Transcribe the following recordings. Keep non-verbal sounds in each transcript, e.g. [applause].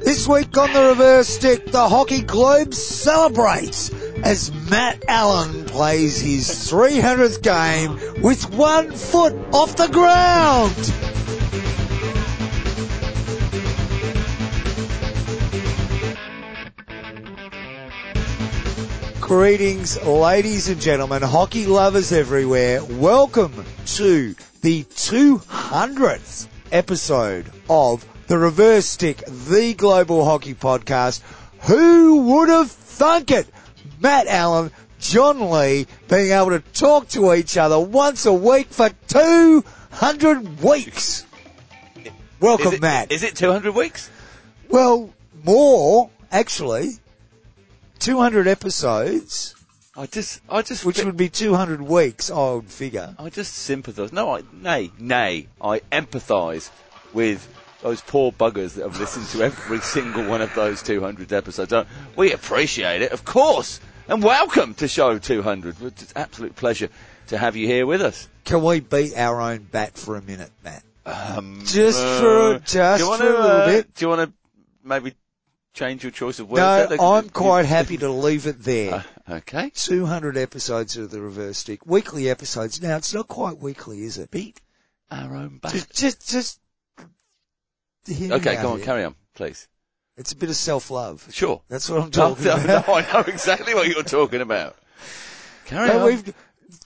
This week on the reverse stick, the Hockey Globe celebrates as Matt Allen plays his 300th game with one foot off the ground. Greetings, ladies and gentlemen, hockey lovers everywhere. Welcome to the 200th episode of The Reverse Stick, the global hockey podcast. Who would have thunk it? Matt Allen, John Lee, being able to talk to each other once a week for 200 weeks. Welcome, is it, Matt. Is it 200 weeks? Well, more actually. 200 episodes, I just, I just, which fi- would be 200 weeks, I would figure. I just sympathise. No, I, nay, nay, I empathise with those poor buggers that have listened to every [laughs] single one of those 200 episodes. Uh, We appreciate it, of course, and welcome to show 200. It's an absolute pleasure to have you here with us. Can we beat our own bat for a minute, Matt? Um, Just for- just do you wanna, for a little uh, bit. Do you want to maybe change your choice of words? No, there? I'm [laughs] quite happy to leave it Uh, there. okay. 200 episodes of the reverse stick. Weekly episodes. Now, it's not quite weekly, is it? Beat our own back. Just, just, just. hear me Okay, out go on, here. carry on, please. It's a bit of self-love. Sure. That's what I'm talking No, about. no, [laughs] I know exactly what you're talking about. Carry No, on. we've,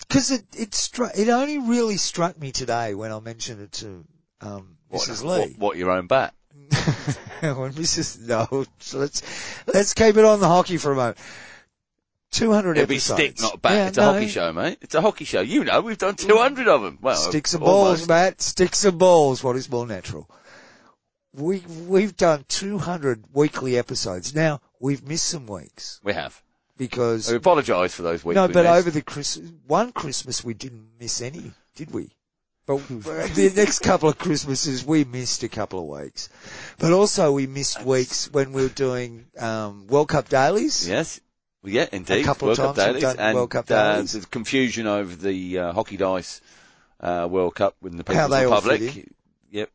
cause it, it struck, it only really struck me today when I mentioned it to, um, What- Mrs. What, Lee. what, your own bat? [laughs] when Mrs. No, so let's, let's keep it on the hockey for a moment. 200 It'll be episodes. stick, not bat. Yeah, it's a no, Mm. hockey show, mate. It's a hockey show. You know, we've done 200 of them. Well, Sticks and almost. balls, Matt. Sticks and balls. What is more natural? We, we've done 200 weekly episodes. Now, we've missed some weeks We have. because, I apologise for those weeks. no, we but missed. over the Chris, one Christmas we didn't miss any, did we? But [laughs] the next couple of Christmases we missed a couple of weeks. But also we missed weeks when we were doing, um, World Cup dailies. Yes. Well, yeah, indeed. couple of times World Cup we've dailies. done and World Cup uh, dailies. the confusion over the uh, hockey dice uh, World Cup in the People's How they all fit Republic. Yep.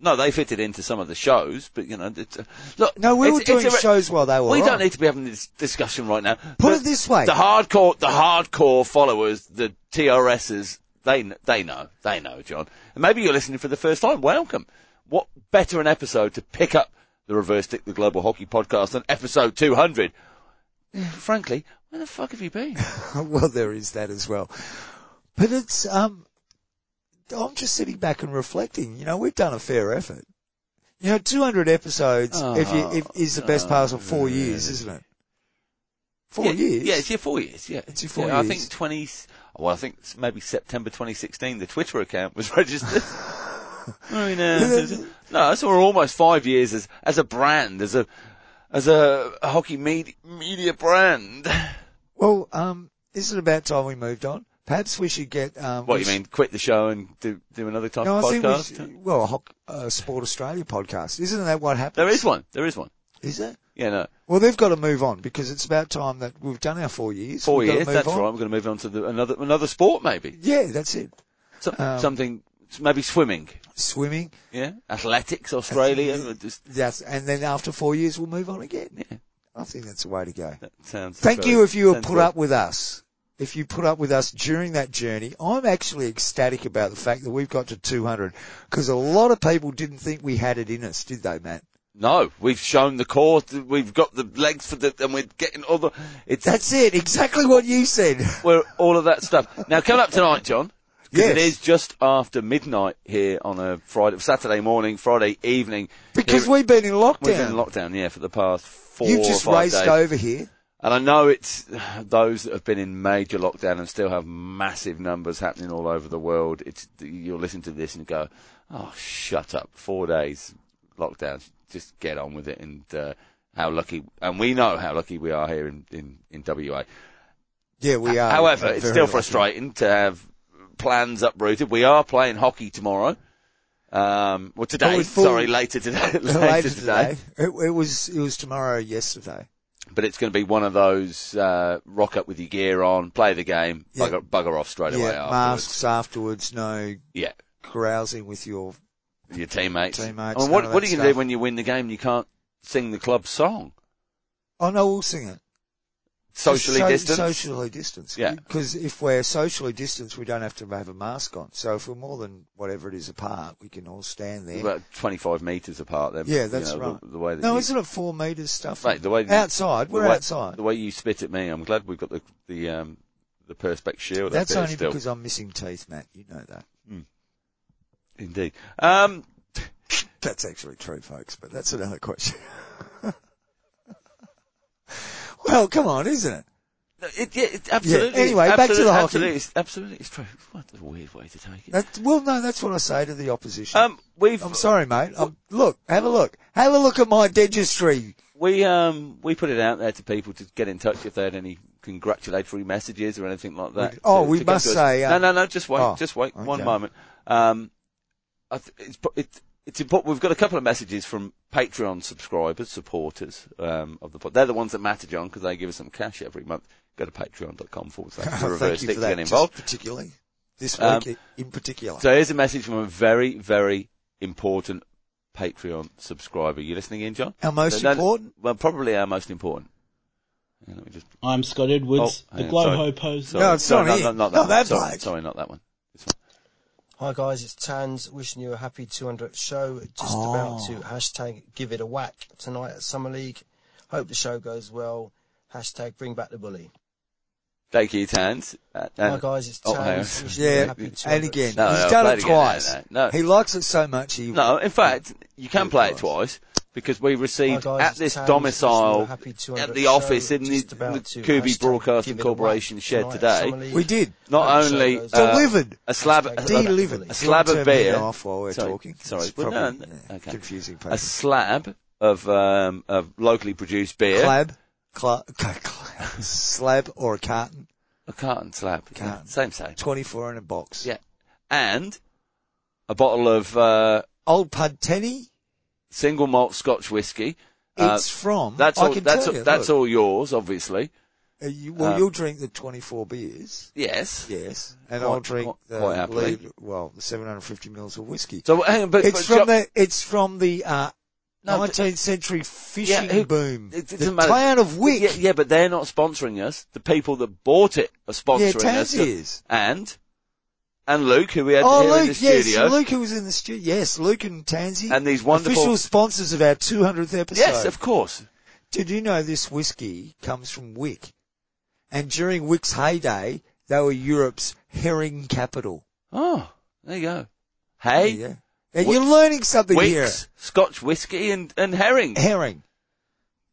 No, they fitted into some of the shows, but you know, it's, uh, look. No, we it's- were it's doing a re- shows while they were We on. don't need to be having this discussion right now. Put But it this way. the hardcore, the hardcore followers, the TRSs, they kn- they know, they know, John. And maybe you're listening for the first time. Welcome. What better an episode to pick up the Reverse Stick, the Global Hockey Podcast, than episode 200? [sighs] Frankly, where the fuck have you been? [laughs] well, there is that as well. But it's, um, I'm just sitting back and reflecting. You know, we've done a fair effort. You know, 200 episodes if you, if, is the best part of four years, isn't it? Four Oh, yeah, years? Yeah, it's your four years. Yeah, It's your four yeah, I years. think 20. Well, I think it's maybe September 2016, the Twitter account [laughs] was [laughs] registered. I mean, uh, there's- no, that's we're almost five years as as a brand, as a as a hockey med- media brand. Well, um, isn't it about time we moved on? Perhaps we should get, um, What we you sh- mean? Quit the show and do do another type No, I of think we podcast? should, well, a hoc- uh, Sport Australia podcast. Isn't that what happened? There is one. There is one. Is there? Yeah, no, Well, they've got to move on because it's about time that we've done our four years. 4 We've got to years. move That's on. right. We're going to move on to the, another another sport, maybe Yeah, that's it. so, Um, something, maybe swimming. Swimming. Yeah, athletics, Australia. uh, just- That's, and then after four years, we'll move on again. yeah, I think that's the way to go. that sounds. Thank very you if you have put sensible. up with us. If you put up with us during that journey, I'm actually ecstatic about the fact that we've got to 200 because a lot of people didn't think we had it in us, did they, Matt? No, we've shown the core. We've got the legs for the, and we're getting all the. It's That's it. Exactly what you said. [laughs] Well, all of that stuff. Now, coming up tonight, John. 'cause Yes. It is just after midnight here on a Friday, Saturday morning, Friday evening. Because Here- we've been in lockdown. we've been in lockdown, yeah, for the past four You've just or five raced days. over here. And I know it's [sighs] those that have been in major lockdown and still have massive numbers happening all over the world. It's you'll listen to this and go, "Oh, shut up! Four days lockdown. Just get on with it." And uh, how lucky, and we know how lucky we are here in in, in WA. Yeah, we are. However, Very it's still lucky. [laughs] frustrating to have plans uprooted. We are playing hockey tomorrow. Um, well, Oh, today. we thought- Sorry, later today. [laughs] later, Later today. today. It, it was, it was tomorrow yesterday. But it's going to be one of those uh, rock up with your gear on, play the game, Yeah. bugger, bugger off straight away. Yeah, Afterwards. masks afterwards, no Yeah, carousing with your your teammates. Teammates, I none mean, what, of what that are you going to stuff. do when you win the game? and You can't sing the club song. Oh no, we'll sing it. Socially So- distanced. Socially distanced. Yeah. Because if we're socially distanced, we don't have to have a mask on. So if we're more than whatever it is apart, we can all stand there. About 25 metres apart then. Yeah, you that's know, right. The, the way that no, you, isn't it four meters stuff? Mate, the way outside, the we're way, outside. The way you spit at me, I'm glad we've got the the um the perspex shield. up That's here only still. because I'm missing teeth, Matt. You know that. indeed. Um, That's actually true, folks, but that's another question. [laughs] well, come on, isn't it? it, yeah, it, absolutely. anyway, back to absolutely, the hockey. Absolutely, it's, absolutely, it's true. What a weird way to take it. That, well, no, that's what I say to the opposition. Um, we've I'm sorry, mate. Um look, have a look. Have a look at my dentistry. we um we put it out there to people to get in touch if they had any congratulatory messages or anything like that. We- oh, to- we to come must to us. say, uh, no, no, no. Just wait. oh, just wait. One okay. moment. Um, I th- it's pro- it, it's important. We've got a couple of messages from Patreon subscribers, supporters um, of the pod. They're the ones that matter, John, because they give us some cash every month. Go to patreon.com [laughs] forward slash the reverse Thank you stick for to that. get just involved. particularly this Um, week in particular. So here's a message from a very, very important Patreon subscriber. You listening in, John? Our most No, no, important. Well, probably our most important. Yeah, Let me just I'm Scott Edwards, Oh, the hang on, Globo sorry. Pose. No, it's not no, him. no, not that Not one. that sorry, bloke. sorry, not that one. This one. Hi guys, it's Tans. Wishing you a happy 200th show. Just Oh. about to hashtag give it a whack tonight at Summer League. Hope the show goes well. Hashtag bring back the bully. Thank you, Tans. Uh, Hi and- guys, it's oh, hang on. Tans. wishing you a Yeah, happy 200th and again, [laughs] No, he's no, done play it it again. No, twice. no, no. He likes it so much. He No, in fact, you can play it twice because we Hi, received guys, at it's this Tans. Wishing you a domicile happy 200th at the show. office in the, Just in about the to Kubi hashtag Broadcasting give it a whack Corporation shed tonight at Summer today. League. we did Not Hope the show only goes well. uh, delivered, a slab, Hashtag a- delivered. delivered. a slab Don't of turn me beer. off while we're Sorry, talking. sorry, It's well, probably, no, no, yeah, okay. confusing. People. a slab of um, of locally produced beer, Clab, cla- cla- cla- [laughs] slab or a carton, a carton slab, Carton. same same, 24 in a box. yeah, and a bottle of uh, Old Pud Tenny, single malt Scotch whiskey. Uh, it's from, that's I all. can That's tell all, you, that's look. all yours, obviously. Uh, you, well, um, you'll drink the 24 beers. Yes. Yes. And Quite- I'll drink quite- the quite happily. lead- well, the 750 mils of whiskey. So uh, hang on, but, it's but from Jo- the, it's from the, uh, No, but- 19th century fishing Yeah, who- boom. It the doesn't matter. town of Wick. Yeah, yeah, but they're not sponsoring us. The people that bought it are sponsoring Yeah, Taz us. to- is. And and Luke, who we had Oh, here in the Luke, yes, studio, Luke who was in the studio. Yes, Luke and Tansy. and these wonderful. Official E sponsors of our 200th episode. yes, of course. Did you know this whiskey comes from Wick? And during Wick's heyday, they were Europe's herring capital. Oh, there you go. Hey, Yeah. And you're learning something here. Wicks, Scotch whiskey, and and herring. Herring.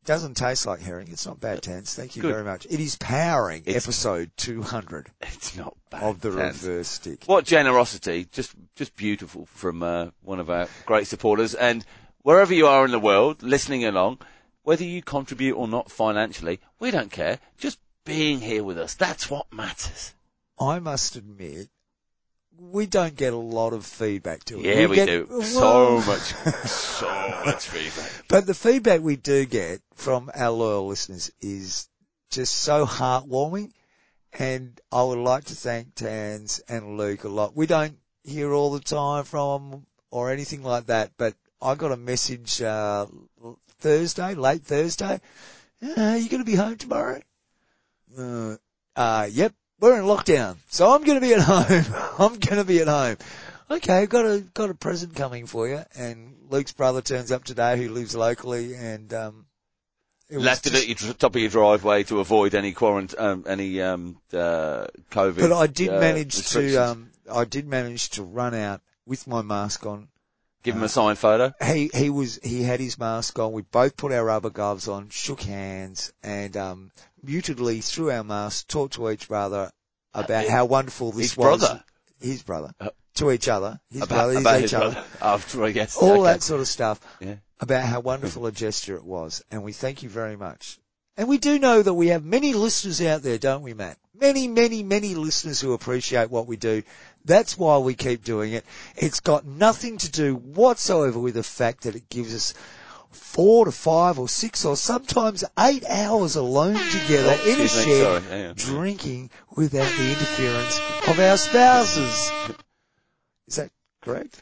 Doesn't taste like herring. It's not bad, Tans. Thank you Good. very much. It is powering It's- episode 200 It's not bad. of the Taz. reverse stick. What generosity! Just, just beautiful from uh, one of our great supporters. And wherever you are in the world, listening along, whether you contribute or not financially, we don't care. Just being here with us—that's what matters. I must admit, we don't get a lot of feedback to it. Yeah, we, get- do [laughs] so well, much, so much feedback. But the feedback we do get from our loyal listeners is just so heartwarming. And I would like to thank Tans and Luke a lot. We don't hear all the time from 'em or anything like that, but I got a message, uh, Thursday, late Thursday. Uh, you going to be home tomorrow? Uh, uh, yep, we're in lockdown. So I'm going to be at [laughs] home. I'm going to be at home. Okay, got a, got a present coming for you. And Luke's brother turns up today who lives locally and, um, it was Left [laughs] it just- at your dr- top of your driveway to avoid any quarant, um, any um, uh, COVID. But I did uh, manage restrictions. to, um, I did manage to run out with my mask on. give him a signed photo. He, he was, he had his mask on. We both put our rubber gloves on, shook hands and, um, mutedly through our masks, talked to each brother about how wonderful this Uh, His was. brother. His brother. Uh, to each other. His about, brother. about each his other. brother. [laughs] After I guess All okay. that sort of stuff. Yeah. About how wonderful a gesture it was. And we thank you very much. And we do know that we have many listeners out there, don't we, Matt? Many, many, many listeners who appreciate what we do. That's why we keep doing it. It's got nothing to do whatsoever with the fact that it gives us four to five or six or sometimes eight hours alone together in a Excuse me, shed sorry, hang on. drinking without the interference of our spouses. Is that correct?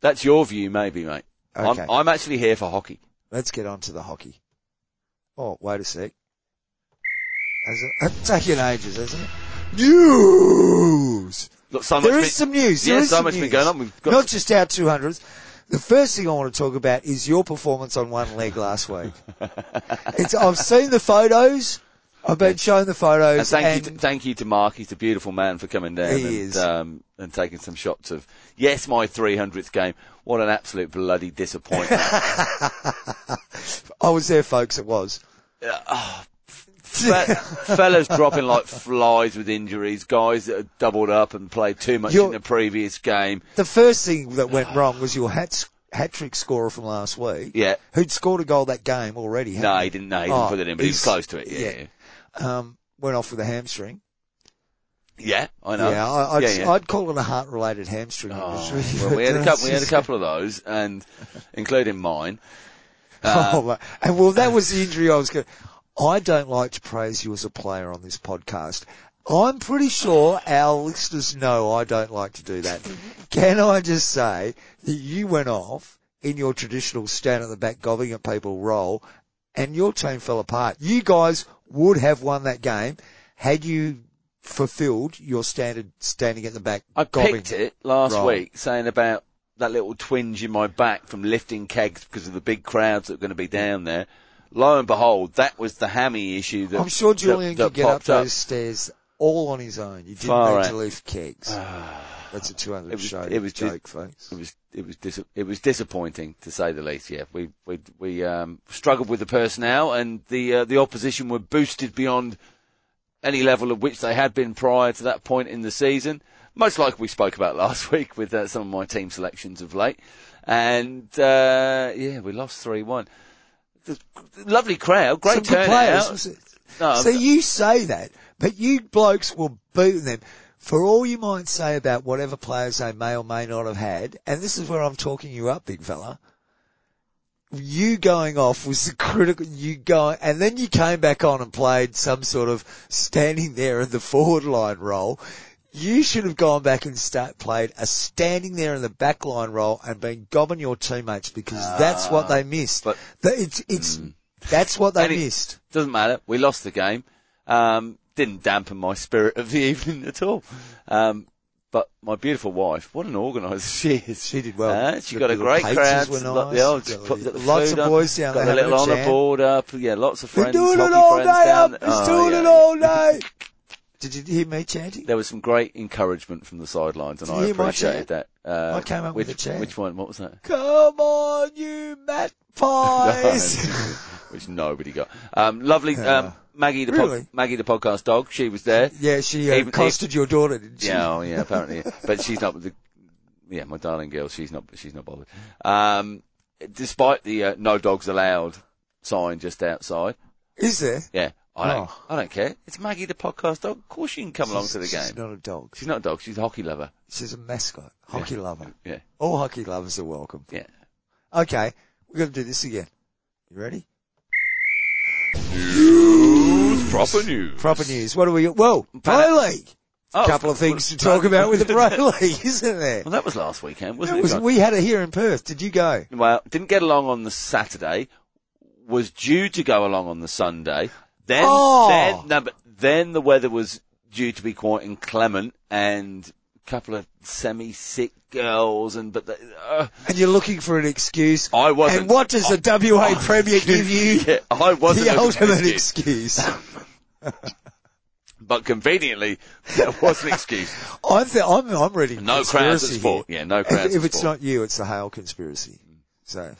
That's your view, maybe, mate. Okay. I'm, I'm actually here for hockey. Let's get on to the hockey. Oh, wait a sec. Has it, [laughs] that's taken ages, hasn't it? News! Look, so There much is some news. There yeah, is so some much been news. going on. We've got Not just our 200s. The first thing I want to talk about is your performance on one leg last [laughs] week. it's, I've seen the photos. I've been shown the photos. and thank and you, to, thank you to Mark. He's a beautiful man for coming down He and is. Um, and taking some shots of yes, my 300th game. What an absolute [laughs] bloody disappointment. I was there, folks. It was. Fe- fellas dropping like flies with injuries. Guys that had doubled up and played too much You're- in the previous game. The first thing that went wrong was your hat hat trick scorer from last week, Yeah. who'd scored a goal that game already. hadn't No, he didn't. No, he didn't Oh, put it in, but he was he's- close to it. Yeah, yeah. yeah. he? um, went off with a hamstring. Yeah, I know. Yeah, I, I'd, Uh, yeah, yeah. I'd call it a heart related hamstring. It [laughs] was really Oh, well, we had a couple. We had a ridiculous. couple of those, and including mine. [laughs] Um, oh, mate. and well, that was the injury I was going. I don't like to praise you as a player on this podcast. I'm pretty sure our listeners know I don't like to do [laughs] that. Can I just say that you went off in your traditional stand at the back gobbling at people role and your team fell apart. You guys would have won that game had you fulfilled your standard standing at the back I gobbing. picked it last Right. week, saying about that little twinge in my back from lifting kegs because of the big crowds that were going to be down there. Lo and behold, that was the hammy issue. That, I'm sure that- Julian that could get up popped up. those stairs all on his own. You didn't Far need out. to lift [sighs] kegs. That's a 200 It was- show. it was ju- joke, folks. It was it was dis- it was disappointing to say the least. Yeah, we we we um, struggled with the personnel, and the uh, the opposition were boosted beyond any level of which they had been prior to that point in the season. Much like we spoke about [laughs] last week with uh, some of my team selections of late, and uh, yeah, we lost three one. Lovely crowd, great Some good turnout. players. No, so you say that, but you blokes will boot them for all you might say about whatever players they may or may not have had. And this is where I'm talking you up, big fella. You going off was the critical, you going, and then you came back on and played some sort of standing there in the forward line role. You should have gone back and start played a standing there in the back line role and been gobbing your teammates because that's what they missed. Ah, but- Mm. The- it's, it's, that's what they And it- missed. Doesn't matter. We lost the game. Um, didn't dampen my spirit of the [laughs] evening at all. Um, but my beautiful wife, what an organiser she is. She did well. Uh, she The- got a the great pizzas crowd. were Lo- nice. yeah, oh, she Got put the lots food of on, boys down Got there a little having a honour jam. board up. Yeah, lots of We're friends. doing it hockey all day friends down up. there. It's Oh, doing it yeah. [laughs] all day. Did you hear me chanting? There was some great encouragement from the sidelines, and Did you I hear my appreciated that. Uh, I came up which, with a chant. Which one? What was that? Come on, you Matt [laughs] Pies. which nobody got. Um, lovely. Um, Maggie the pod- Uh, Really? Maggie the podcast dog. She was there. [laughs] yeah, she uh, Even- costed your daughter, didn't she? Yeah, oh, yeah, apparently. but she's not the, yeah, my darling girl. She's not, she's not bothered. Um, despite the uh, no dogs allowed sign just outside. Is there? Yeah, I don't, Oh. I don't care. It's Maggie the podcast dog. Of course she can come along to the She's- She's game. not a dog. She's not a dog. She's a hockey lover. She's a mascot. Hockey lover. Yeah, All hockey lovers are welcome. yeah. Okay, we're going to do this again. You ready? Proper news. Proper news. What do we got? Whoa, Pro League. Oh, Couple of things to talk about with the Pro [laughs] League, isn't there? Well, that was last weekend, wasn't It it? was, we had it here in Perth. Did you go? well, didn't get along on the Saturday. Was due to go along on the Sunday. Then, Oh. then, no, but then the weather was due to be quite inclement and a couple of semi-sick girls and but the, uh, and you're looking for an excuse. I wasn't. And what does the WA Premier give you? [laughs] Yeah, I wasn't the a ultimate excuse, excuse. but conveniently there was [laughs] an excuse. I'm, th- I'm, I'm reading No conspiracy crowds at here. sport. Yeah, no If- crowds If, at it's sport. not you, it's the Hale conspiracy. So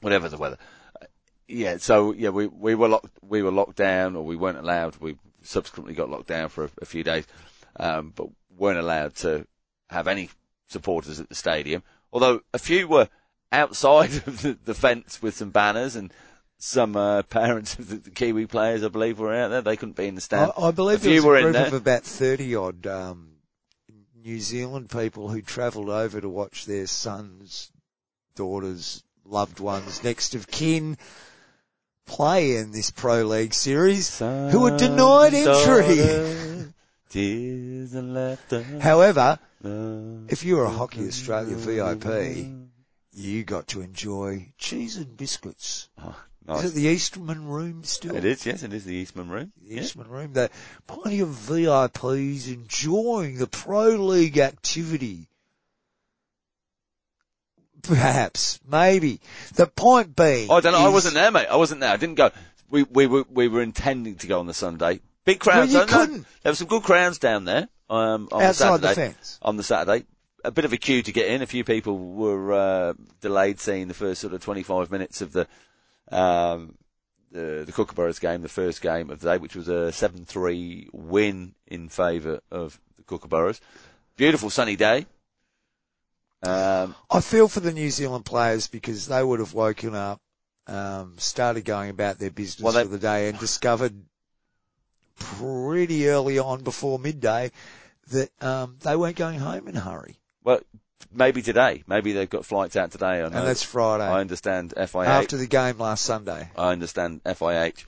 whatever the weather. Uh, Yeah, so yeah, we, we were locked we were locked down, or we weren't allowed. We subsequently got locked down for a, a few days, um, but weren't allowed to have any supporters at the stadium. Although a few were outside [laughs] of the, the fence with some banners, and some uh, parents of the, the Kiwi players, I believe, were out there. They couldn't be in the stand. I, I believe If there you was were a in group there- of about 30 odd um, New Zealand people who travelled over to watch their sons, daughters, loved ones, next of kin play in this Pro League series who were denied entry. However, if you were a Hockey Australia VIP, you got to enjoy cheese and biscuits. Oh, [laughs] nice. Is it the Eastman Room still? It is, yes, it is the [laughs] Eastman Room. The Eastman Room. There, plenty of VIPs enjoying the pro league activity. Perhaps, maybe. The point being, Oh, I don't know. I is- wasn't there, mate. I wasn't there. I didn't go. We we were we were intending to go on the Sunday. Big crowds. Well, you I don't know. couldn't. There were some good crowds down there. Um, on Outside the Saturday, fence. On the Saturday, a bit of a queue to get in. A few people were uh, delayed seeing the first sort of 25 minutes of the um, the, the Kookaburras game, the first game of the day, which was a 7-3 win in favour of the Kookaburras. Beautiful sunny day. Um, I feel for the New Zealand players because they would have woken up, um, started going about their business Well, they- for the day and discovered pretty early on before midday that, um, they weren't going home in a hurry. well, maybe today. Maybe they've got flights out today. I know. And that's Friday. I understand FIH. after the game last Sunday. I understand FIH,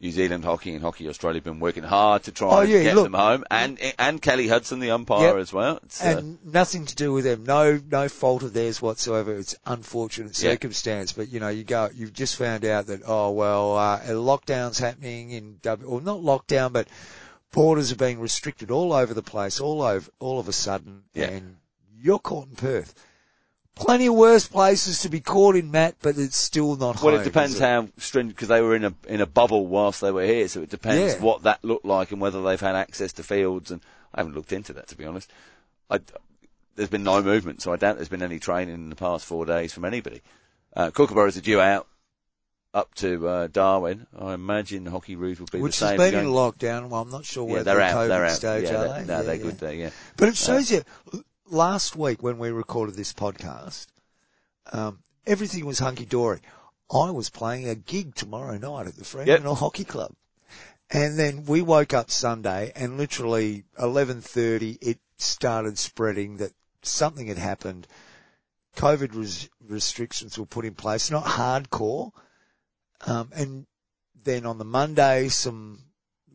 New Zealand Hockey and Hockey Australia have been working hard to try Oh, and yeah, get look- them home. And and Kelly Hudson, the umpire, Yep. as well. It's, uh, And nothing to do with them. No, no fault of theirs whatsoever. It's unfortunate Yeah. circumstance, but you know, you go, you've just found out that, oh well, uh, a lockdown's happening in W, or not lockdown, but borders are being restricted all over the place, all over, all of a sudden, Yeah. and you're caught in Perth. Plenty of worse places to be caught in, Matt, but it's still not well, home, it depends is how stringent because they were in a in a bubble whilst they were here, so it depends Yeah. what that looked like and whether they've had access to fields. And I haven't looked into that to be honest. I, there's been no movement, so I doubt there's been any training in the past four days from anybody. Uh, Kookaburras are due out up to uh, Darwin. I imagine Hockey Roos will be which the has same. been going- in lockdown. Well, I'm not sure yeah, where they're the out. COVID They're out. stage yeah, are. they're- they? No, Yeah, they're yeah. good there. Yeah. But it shows you, last week when we recorded this podcast, um, everything was hunky-dory. I was playing a gig tomorrow night at the Fremantle Hockey Club. And then we woke up Sunday and literally 11.30 it started spreading that something had happened. COVID res- restrictions were put in place, not hardcore. Um, and then on the Monday, some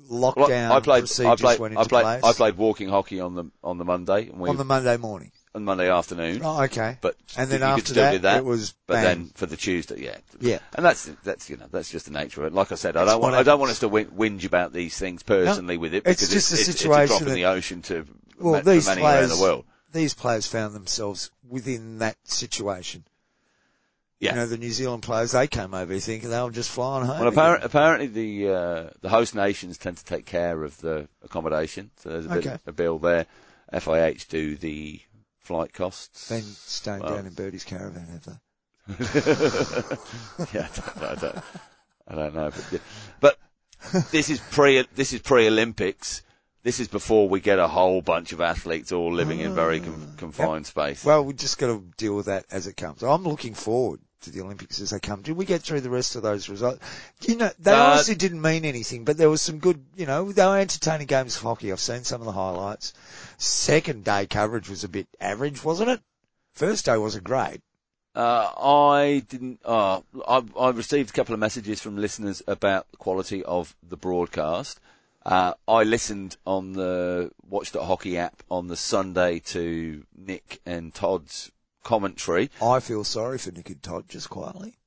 Well, lockdown I- I played. procedures I played. went I into played. place I played walking hockey on the on the Monday. And we, on the Monday morning. on Monday afternoon. Oh, okay. But and th- then you after could still that, do that. it was but bang. then for the Tuesday, yeah, Yeah. and that's that's you know that's just the nature of it. Like I said, I don't what want I happens. don't want us to whin- whinge about these things personally with it it's because just it's, a it's- it's a situation drop in that- the ocean to well, ma- these many around players, the world. these players found themselves within that situation. Yeah, You know, the New Zealand players, they came over here thinking they were just flying home. Well, again. apparent, apparently the uh, the host nations tend to take care of the accommodation, so there's a bit Okay. of a bill there. FIH do the flight costs. Been staying Well. down in Birdie's caravan, have they? [laughs] yeah, I don't, I don't, I don't know, but, yeah. but this is pre this is pre Olympics. This is before we get a whole bunch of athletes all living in very con- confined space. Well, we just got to deal with that as it comes. I'm looking forward to the Olympics as they come. Did we get through the rest of those results? You know, they Uh, honestly didn't mean anything, but there was some good, you know, they were entertaining games of hockey. I've seen some of the highlights. Second day coverage was a bit average, wasn't it? First day wasn't great. Uh, I didn't. Uh, I, I received a couple of messages from listeners about the quality of the broadcast. Uh, I listened on the Watch That Hockey app on the Sunday to Nick and Todd's commentary. I feel sorry for Nick and Todd, just quietly.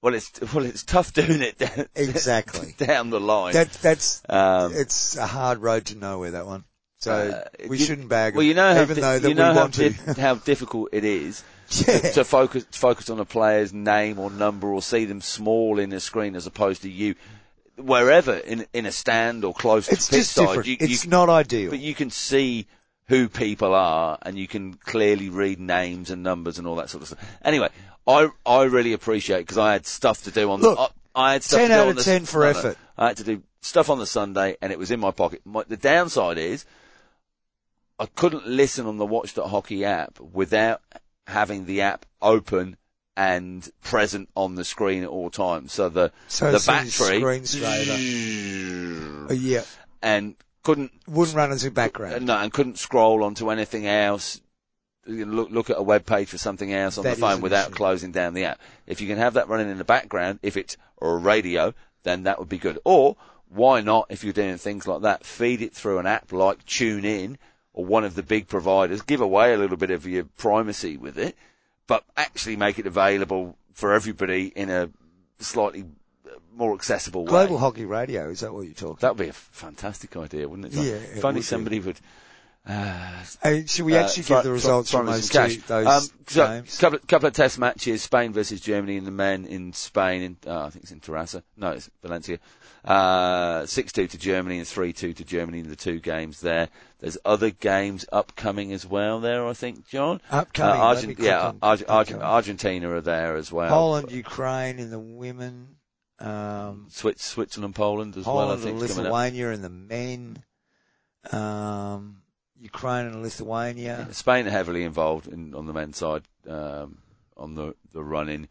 Well, it's [laughs] well, it's tough doing it [laughs] down, Exactly. [laughs] down the [laughs] line. That, that's, um, it's a hard road to nowhere, that one. So Uh, we you- shouldn't bag 'em, well, you know how even di- though that you know we how, want to. di- [laughs] how difficult it is Yeah. to focus focus on a player's name or number or see them small in a screen as opposed to you wherever in in a stand or close it's to pit just side. different. You, it's you, not ideal. but you can see who people are and you can clearly read names and numbers and all that sort of stuff. Anyway, I I really appreciate because I had stuff to do on Look, the. I, I had stuff 10 to do out on of the- 10 for no, no. effort. I had to do stuff on the Sunday, and it was in my pocket. My, the downside is, I couldn't listen on the Watch Hockey app without having the app open and present on the screen at all times. So the So the as soon as battery screen's Uh, yeah. and couldn't Wouldn't run as a background. no, and couldn't scroll onto anything else. You can Look, look at a web page for something else on That the is phone an without issue. closing down the app. If you can have that running in the background, if it's a radio, then that would be good. Or why not, if you're doing things like that, feed it through an app like TuneIn or one of the big providers. Give away a little bit of your primacy with it, but actually make it available for everybody in a slightly uh, more accessible way. Global Hockey Radio, is that what you're talking That would be a fantastic idea, wouldn't it? It's like, Yeah, it if only would be. somebody would. Uh, Hey, should we uh, actually throw- give the throw- results throw from me those, some two, cash. those Um, so, games? Couple, of- couple of test matches: Spain versus Germany in the men in Spain. In, uh, I think it's in Terrassa. No, it's Valencia. Uh, Six-two to Germany and three-two to Germany in the two games there. There's other games upcoming as well. There, I think, John. Upcoming, Uh, let me Argent- click yeah, on Arge- Arge- upcoming. Argentina are there as well. Poland, Ukraine in the women. Um, Swi- Switzerland, Poland as well. I Poland think and coming up. Lithuania in the men. Um, Ukraine and Lithuania. Spain are heavily involved in, on the men's side um, on the the running.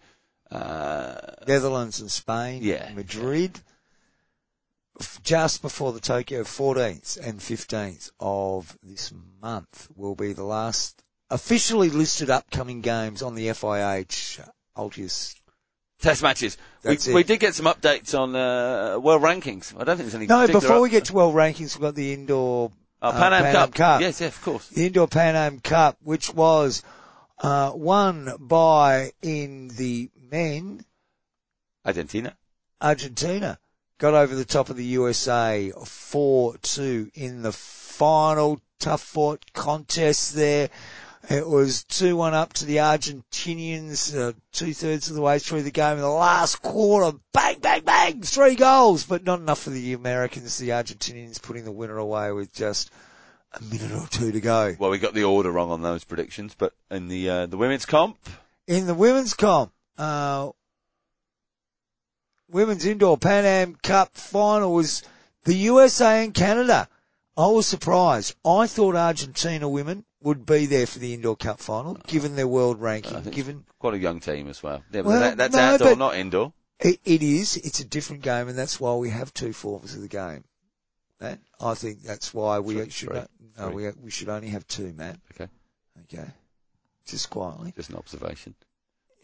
Uh, Netherlands and Spain. Yeah. Madrid. F- Just before the Tokyo 14th and 15th of this month will be the last officially listed upcoming games on the FIH Altius. Test matches. We, That's we it. did get some updates on uh, world rankings. I don't think there's any. No, particular before up- we get to world rankings, we've got the indoor oh, uh, Pan Am Pan Am Cup. Cup. Yes, yeah, of course. the Indoor Pan Am Cup, which was uh, won by in the men Argentina. Argentina got over the top of the USA 4-2 in the final tough fought contest there. It was 2-1 up to the Argentinians, uh, two thirds of the way through the game in the last quarter. Bang, bang, bang! Three goals, but not enough for the Americans. The Argentinians putting the winner away with just a minute or two to go. Well, we got the order wrong on those predictions, but in the uh, the women's comp, in the women's comp, uh, women's indoor Pan Am Cup final was the USA and Canada. I was surprised. I thought Argentina women would be there for the indoor cup final, given their world I ranking. think- Given quite a young team as well. Yeah, but Well, that, that's no, outdoor, but- not indoor. it, it is, it's a different game, and that's why we have two forms of the game. Matt, I think that's why we Three, should three, not, no, we we should only have two, Matt. Okay. Okay, just quietly. Just an observation.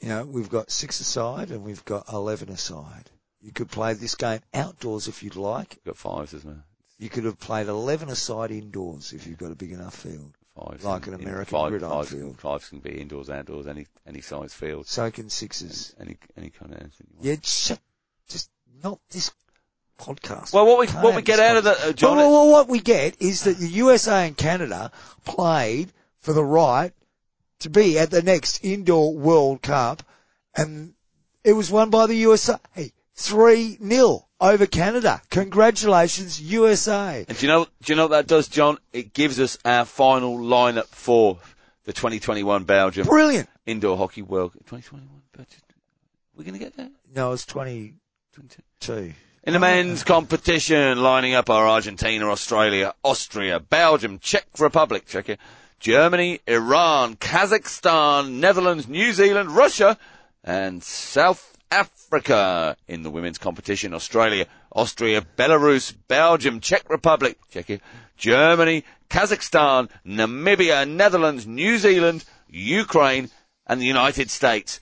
you know, we've got six aside and we've got 11 aside. You could play this game outdoors if you'd like. We've got fives as well. You could have played 11 aside indoors if you've got a big enough field. Fives. Like an in- in American five- gridiron fives, field. Fives can be indoors, outdoors, any any size field, So can sixes. any any kind of anything. You want. Yeah, shut, just not this podcast. Well, what we Can't what we have get this out of the podcast. uh, But John, what- what we get is that the USA and Canada played for the right to be at the next indoor World Cup, and it was won by the USA three 0 over Canada. Congratulations, USA! And do you know? Do you know what that does, John? It gives us our final lineup for the 2021 Belgium Brilliant. Indoor Hockey World. 2021 Belgium. We're going to get there. No, it's twenty two. In the men's competition, lining up are Argentina, Australia, Austria, Belgium, Czech Republic, Czechia, Germany, Iran, Kazakhstan, Netherlands, New Zealand, Russia, and South Africa. In the women's competition, Australia, Austria, Belarus, Belgium, Czech Republic, Czechia, Germany, Kazakhstan, Namibia, Netherlands, New Zealand, Ukraine, and the United States.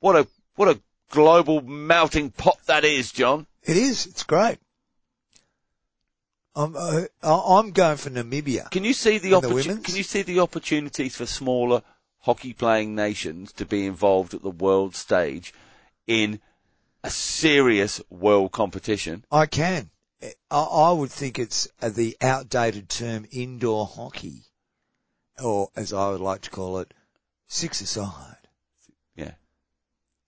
What a, what a global melting pot that is, John. It is. It's great. I'm uh, I- I'm going for Namibia. Can you see the, And the opportu- women's? Can you see the opportunities for smaller hockey playing nations to be involved at the world stage in a serious world competition? I can. I, I would think it's uh, the outdated term indoor hockey, or as I would like to call it, six aside. Yeah,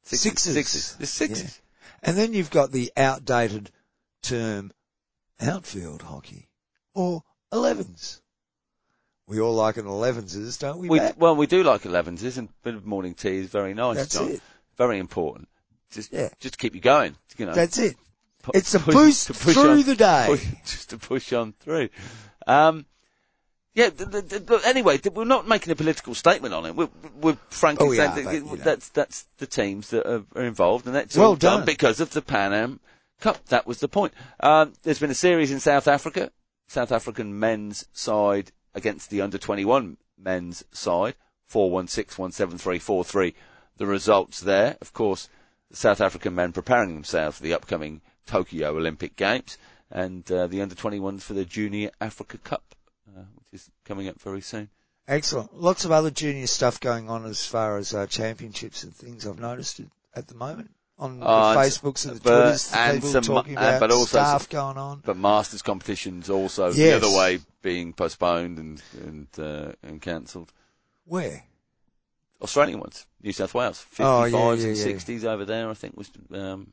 Sixes. sixes, There's sixes. And then you've got the outdated term outfield hockey, or elevens. We all like an elevenses, don't we? We, Matt? well, we do like 11s, isn't bit of morning tea is very nice, That's John. it. Very important. Just, Yeah. just to keep you going. You know, That's it. pu- It's a push- boost to push through on- the day. push- [laughs] just to push on through. Um, yeah. Th- th- th- look, anyway, th- we're not making a political statement on it. We're, we're frankly Oh, we saying are, that- but, you know. that's that's the teams that are, are involved, and that's Well all done, done. because of the Pan Am Cup. That was the point. Um, there's been a series in South Africa, South African men's side against the under 21 men's side, 4-1-6-1-7-3-4-3. The results there, of course, the South African men preparing themselves for the upcoming Tokyo Olympic Games and uh, the under 21s for the Junior Africa Cup, uh, which is coming up very soon. Excellent. Lots of other junior stuff going on as far as uh, championships and things I've noticed at- at the moment on the Oh, and s- Facebooks and the but- Twitters, the and people some- talking and- about but also stuff going on. But masters competitions also Yes. the other way being postponed and and uh, and cancelled. Where? Australian ones, New South Wales, Oh, yeah, 55s yeah, and yeah. 60s over there. I think was um,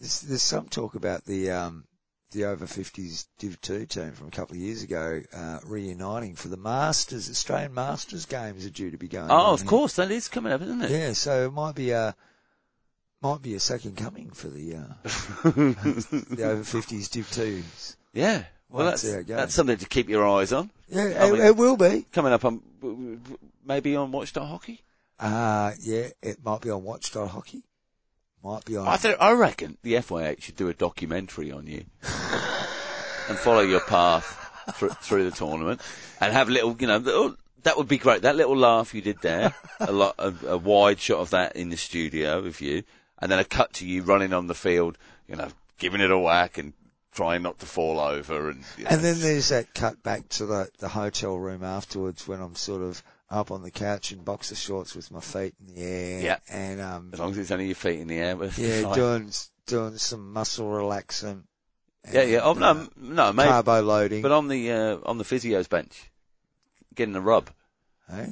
There's, there's some talk about the um, the over 50s Div 2 team from a couple of years ago uh, reuniting for the Masters. Australian Masters games are due to be going. oh, on of here. course that is coming up, isn't it? Yeah, [laughs] so it might be a might be a second coming for the uh, [laughs] the over 50s Div 2s. yeah. Well, Well, that's see how it goes. that's something to keep your eyes on. Yeah, I it, mean- it will be. Coming up on maybe on Watch Dot Hockey. Uh, yeah, it might be on Watch Dot Hockey. Might be on. I th- I reckon the FYH should do a documentary on you and follow your path through, through the tournament and have little, you know, little, that would be great. That little laugh you did there, a lot, a, a wide shot of that in the studio of you, and then a cut to you running on the field, you know, giving it a whack and trying not to fall over and. You know, and then there's that cut back to the, the hotel room afterwards when I'm sort of up on the couch in boxer shorts with my feet in the air. Yeah. And, um, as long as it's only your feet in the air, but yeah, [laughs] like- doing, doing some muscle relaxant. yeah, yeah. Oh, and, no, uh, m- no, mate. Carbo loading. But on the uh, on the physio's bench, getting a rub, eh?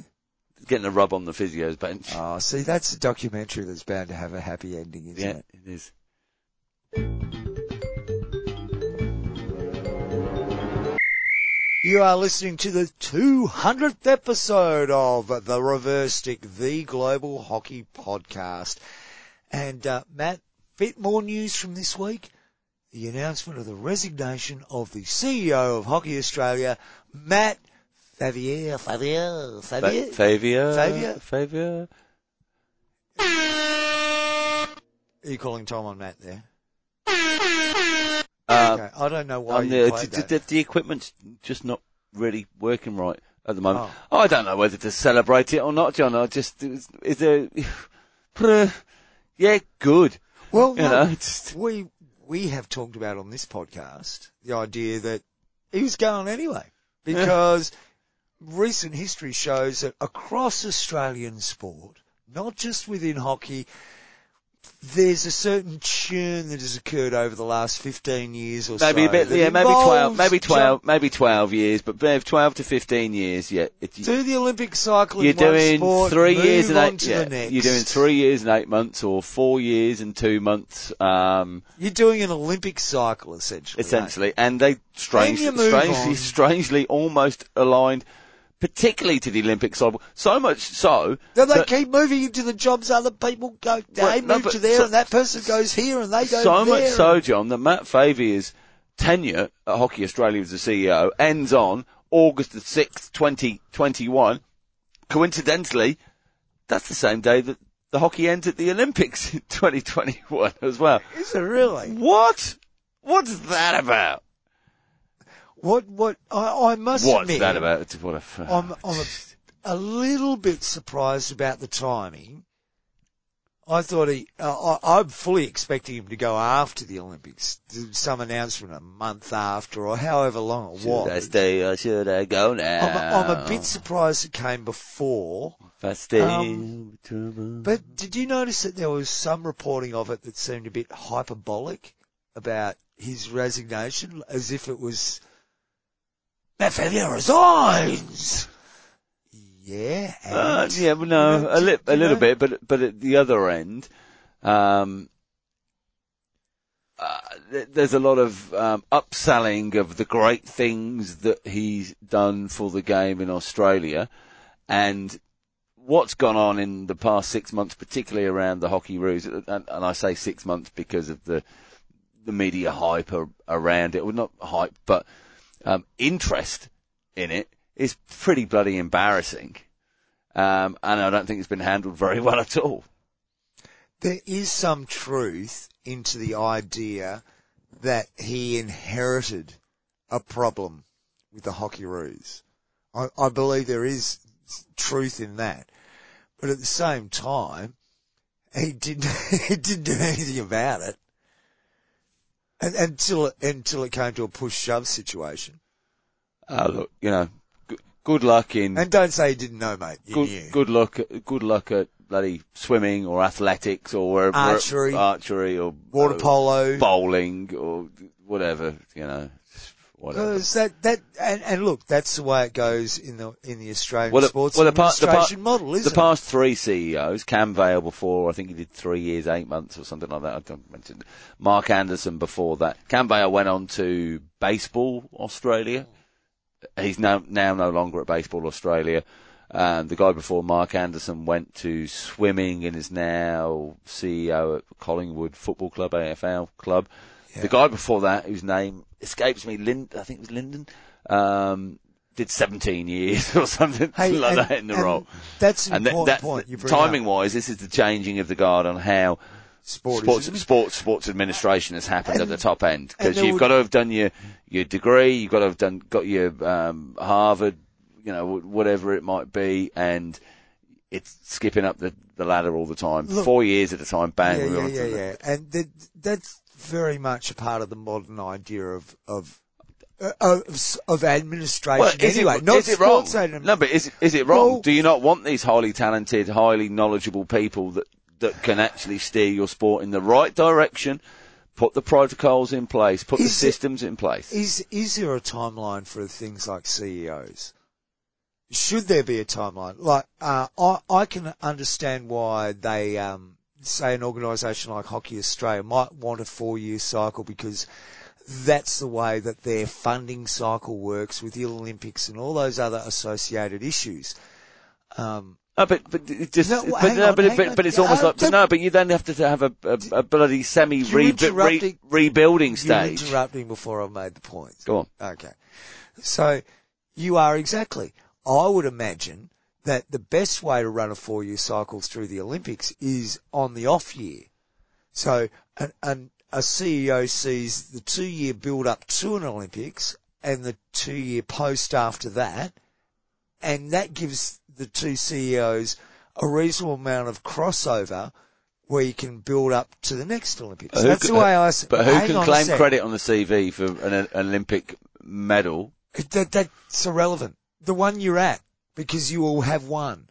getting a rub on the physio's bench. Oh, see, that's a documentary that's bound to have a happy ending, isn't yeah, it? it is. You are listening to the 200th episode of the Reverse Stick, the Global Hockey Podcast. And uh, Matt, bit more news from this week. The announcement of the resignation of the CEO of Hockey Australia, Matt Favier, Favier, Favier. Fa- Favier. Favier? Favier. are you calling Tom on Matt there? Uh, Okay, I don't know why um, you the, played the, that. the, the equipment's just not really working right at the moment. Oh. I don't know whether to celebrate it or not, John. I just, is, is there, [sighs] Pruh. yeah, good. Well, You look, know, [laughs] it's- we we have talked about on this podcast the idea that he was going [laughs] anyway because recent history shows that across Australian sport, not just within hockey, there's a certain churn that has occurred over the last 15 years or so. Maybe a bit, that yeah, maybe involves 12, maybe jump- 12, maybe 12 years, but maybe 12 to 15 years, yeah. It, Do the Olympic cycle in you're one doing sport, three move years and on eight, to yeah, the next. you're doing three years and eight months or four years and two months, um, You're doing an Olympic cycle essentially. mate. essentially, and they strangely, you move strangely, on. strangely almost aligned, particularly to the Olympic cycle. So much so Then they that keep moving into the jobs other people go, they Well, no, move but to there so- and that person goes here and they go so there. much so, John, that Matt Favier's tenure at Hockey Australia as the CEO ends on August the sixth, twenty twenty one. Coincidentally, that's the same day that the hockey ends at the Olympics in [laughs] twenty twenty one as well. Is it really? What? What's that about? What, what, I, I must What's admit, that about? It's- What a f- I'm, I'm a, a little bit surprised about the timing. I thought he, uh, I, I'm fully expecting him to go after the Olympics, do some announcement a month after or however long it Should I was. stay or should I go now? I'm, I'm a bit surprised it came before. If I stay, um, trouble. But did you notice that there was some reporting of it that seemed a bit hyperbolic about his resignation, as if it was Matt Favier resigns. Yeah, and Uh, yeah, well, no, You know, a, li- you a little know- bit, but but at the other end, um, uh, th- there's a lot of um, upselling of the great things that he's done for the game in Australia, and what's gone on in the past six months, particularly around the hockey rules, and, and I say six months because of the the media hype ar- around it, well, not hype, but um, interest in it is pretty bloody embarrassing. Um, and I don't think it's been handled very well at all. there is some truth into the idea that he inherited a problem with the hockey ruse. I, I believe there is truth in that, but at the same time, he didn't [laughs] he didn't do anything about it and, until it, until it came to a push shove situation. Uh, look, you know, g- Good luck in And don't say you didn't know, mate. You knew. good, good luck good luck at bloody swimming or athletics or wherever- Archery. archery or Water uh, polo. bowling or whatever you know whatever. Because Uh, that that and, and look, that's the way it goes in the in the Australian Well, the- sports well, the part- the part- administration model, The isn't past three CEOs, Cam Vale before, I think he did three years, eight months or something like that. I don't mention Mark Anderson before that. Cam Vale went on to Baseball Australia. He's now, now no longer at Baseball Australia. Um, the guy before Mark Anderson went to swimming and is now CEO at Collingwood Football Club, AFL Club. The guy before that, whose name escapes me, Lind, I think it was Linden, um, did 17 years [laughs] or something it? Hey, like and- that in the and role. That's an And that, important that point. You bring timing up. wise, this is the changing of the guard on how Sport, sports isn't it? sports sports administration has happened at And- the top end and because there you've would- got to have done your your degree, you've got to have done got your um, Harvard, you know wh- whatever it might be, and it's skipping up the, the ladder all the time. Look- Four years at a time, bang. yeah, we're yeah, on to yeah, the- yeah. And that, that's very much a part of the modern idea of of uh, of, of administration. Well, is anyway, it, not is it wrong? sports No, admin- but is, is it wrong? Well- Do you not want these highly talented, highly knowledgeable people that, that can actually steer your sport in the right direction, put the protocols in place, put the Is it- systems in place? Is is there a timeline for things like CEOs? Should there be a timeline? Like, uh, I I can understand why they um say an organisation like Hockey Australia might want a four year cycle because that's the way that their funding cycle works with the Olympics and all those other associated issues. Um, No, but but it just No, but, hang no, on, but, hang but, on. but it's almost Uh, like but no, but you then have to have a a, a bloody semi re, re, interrupting- rebuilding you're stage. interrupting before I made the point. Go on. Okay. So you are exactly. I would imagine that the best way to run a four year cycle through the Olympics is on the off year. So an, an, a CEO sees the two year build up to an Olympics and the two year post after that. And that gives the two CEOs a reasonable amount of crossover where you can build up to the next Olympics. Who That's c- uh, the way I see But who hang can on a claim sec. credit on the CV for an, an Olympic medal? That, that's irrelevant. The one you're at, because you will have won.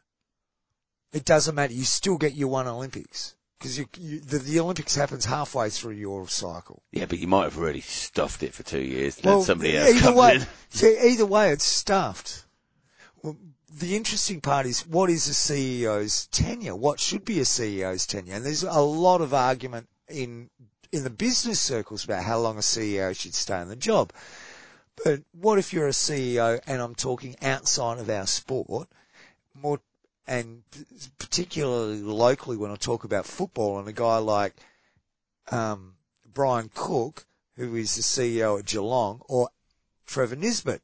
It doesn't matter. You still get your one Olympics. Because you, you, the, the Olympics happens halfway through your cycle. Yeah, but you might have already stuffed it for two years. Let Well, somebody else either come way, in. [laughs] See, either way, it's stuffed. Well, the interesting part is what is a CEO's tenure? What should be a CEO's tenure? And there's a lot of argument in in the business circles about how long a CEO should stay in the job. But what if you're a CEO and I'm talking outside of our sport, more and particularly locally when I talk about football and a guy like um, Brian Cook, who is the CEO at Geelong, or Trevor Nisbet,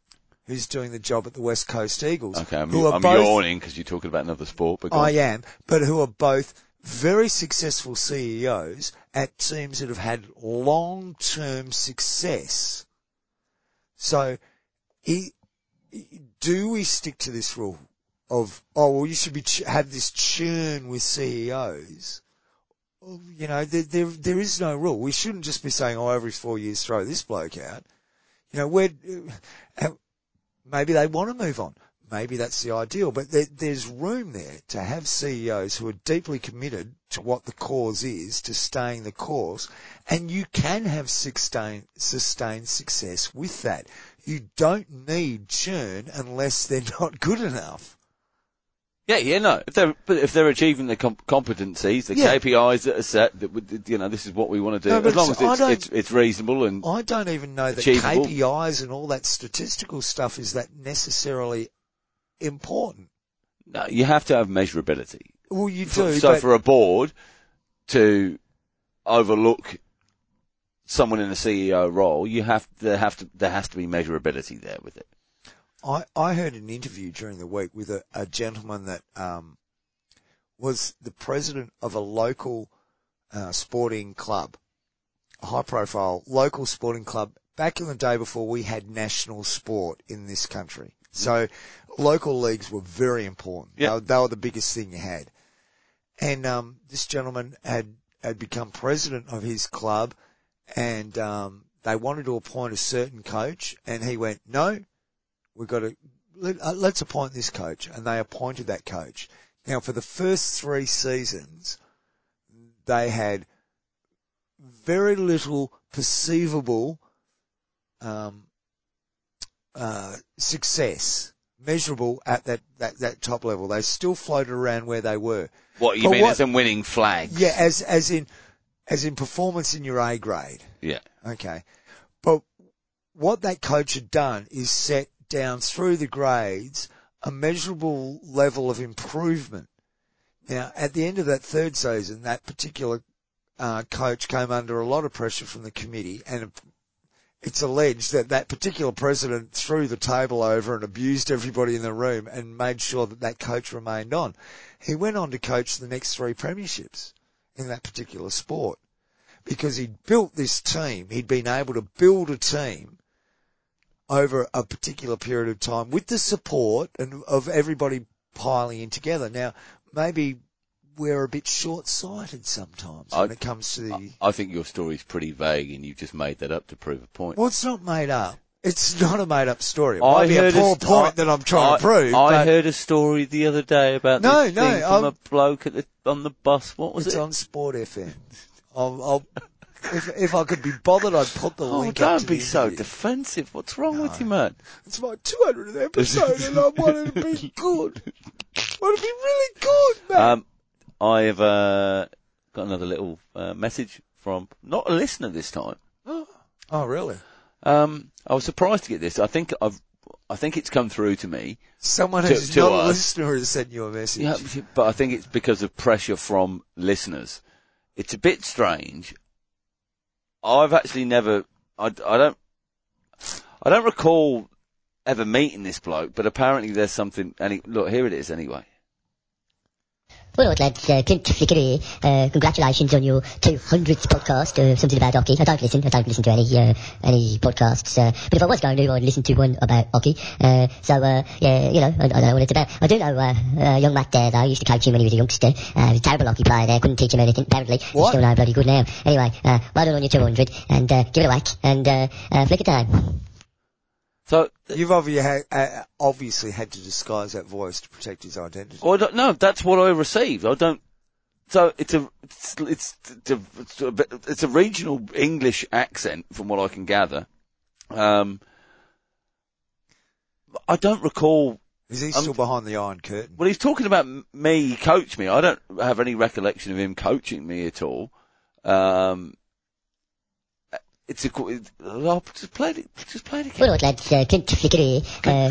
who's doing the job at the West Coast Eagles, Okay, I'm, who are I'm both yawning because you're talking about another sport. But go I on. am, but who are both very successful CEOs at teams that have had long-term success. So, i- i- do we stick to this rule of, oh, well, you should be, ch- have this churn with CEOs? Well, You know, there, there, there is no rule. We shouldn't just be saying, oh, every four years throw this bloke out. You know, we're, maybe they want to move on. Maybe that's the ideal, but there, there's room there to have CEOs who are deeply committed to what the cause is, to staying the course, and you can have sustained, sustained success with that. You don't need churn unless they're [laughs] not good enough. yeah, yeah, no. If they're but if they're achieving the com- competencies, the Yeah. KPIs that are set, that would, you know, this is what we want to do. No, but as long as it's- I it's, don't- it's it's reasonable and I don't even know that Achievable. KPIs and all that statistical stuff is that necessarily important. no, you have to have measurability. Well, you do, For- so but for a board to overlook someone in a CEO role, you have there have to there has to be measurability there with it. I, I heard an interview during the week with a, a gentleman that um, was the president of a local uh, sporting club, a high profile local sporting club back in the day before we had national sport in this country. So local leagues were very important. They, Yeah. were, they were the biggest thing you had. And um, this gentleman had, had become president of his club and um, they wanted to appoint a certain coach and he went, no, we've got to let, uh, let's appoint this coach, and they appointed that coach. Now, for the first three seasons, they had very little perceivable um, uh, success measurable at that, that, that top level. They still floated around where they were. What you But mean what- as in winning flags? Yeah, as as in as in performance in your A grade. Yeah. Okay. But what that coach had done is set down through the grades a measurable level of improvement. Now, at the end of that third season, that particular uh, coach came under a lot of pressure from the committee, and it's alleged that that particular president threw the table over and abused everybody in the room and made sure that that coach remained on. He went on to coach the next three premierships in that particular sport because he'd built this team. He'd been able to build a team over a particular period of time with the support and of everybody piling in together. Now, maybe we're a bit short-sighted sometimes when I- it comes to the. I think your story's pretty vague and you've just made that up to prove a point. Well, it's not made up. It's [laughs] not a made up story. It I might be a heard poor st- point I- that I'm trying I- to prove. I but heard a story the other day about No, this no, thing from I'm- a bloke at the, on the bus. What was it's it? on Sport FM. I'll, I'll, if, if I could be bothered, I'd put the oh, link up don't to be the so interview. defensive. What's wrong with you, man? It's my 200th episode, and I wanted to [laughs] be good. I want to be really good, man. Um, I've uh, got another little uh, message from not a listener this time. oh, really? Um, I was surprised to get this. I think I've, I think it's come through to me. Someone To- who's to not a us. listener has sent you a message. Yeah, but I think it's because of pressure from listeners. It's a bit strange. I've actually never, I, I don't, I don't recall ever meeting this bloke, but apparently there's something, and he, look, here it is anyway. Well, lads, uh, Clint Flickery, uh, congratulations on your 200th podcast, uh, something about hockey. I don't listen, I don't listen to any, uh, any podcasts, uh, but if I was going to, I'd listen to one about hockey. Uh, so, uh, yeah, you know, I, I don't know what it's about. I do know, uh, uh, young Matt there, though. I used to coach him when he was a youngster. Uh, he was a terrible hockey player there, couldn't teach him anything, apparently. He's What? still no bloody good now. Anyway, uh, well done on your 200, and, uh, give it a whack, and, uh, uh, flick it down. So, You've obviously had, uh, obviously had to disguise that voice to protect his identity. I don't, no, that's what I received. I don't, so it's a, it's, it's, it's a, bit- it's a regional English accent from what I can gather. Um, I don't recall Is Um, he still behind the iron curtain? Well, he's talking about m- me coach me. I don't have any recollection of him coaching me at all. Um, it's a qu- it- I'll just play it. Just play it again. Well, lads, uh, Clint Flickery, uh,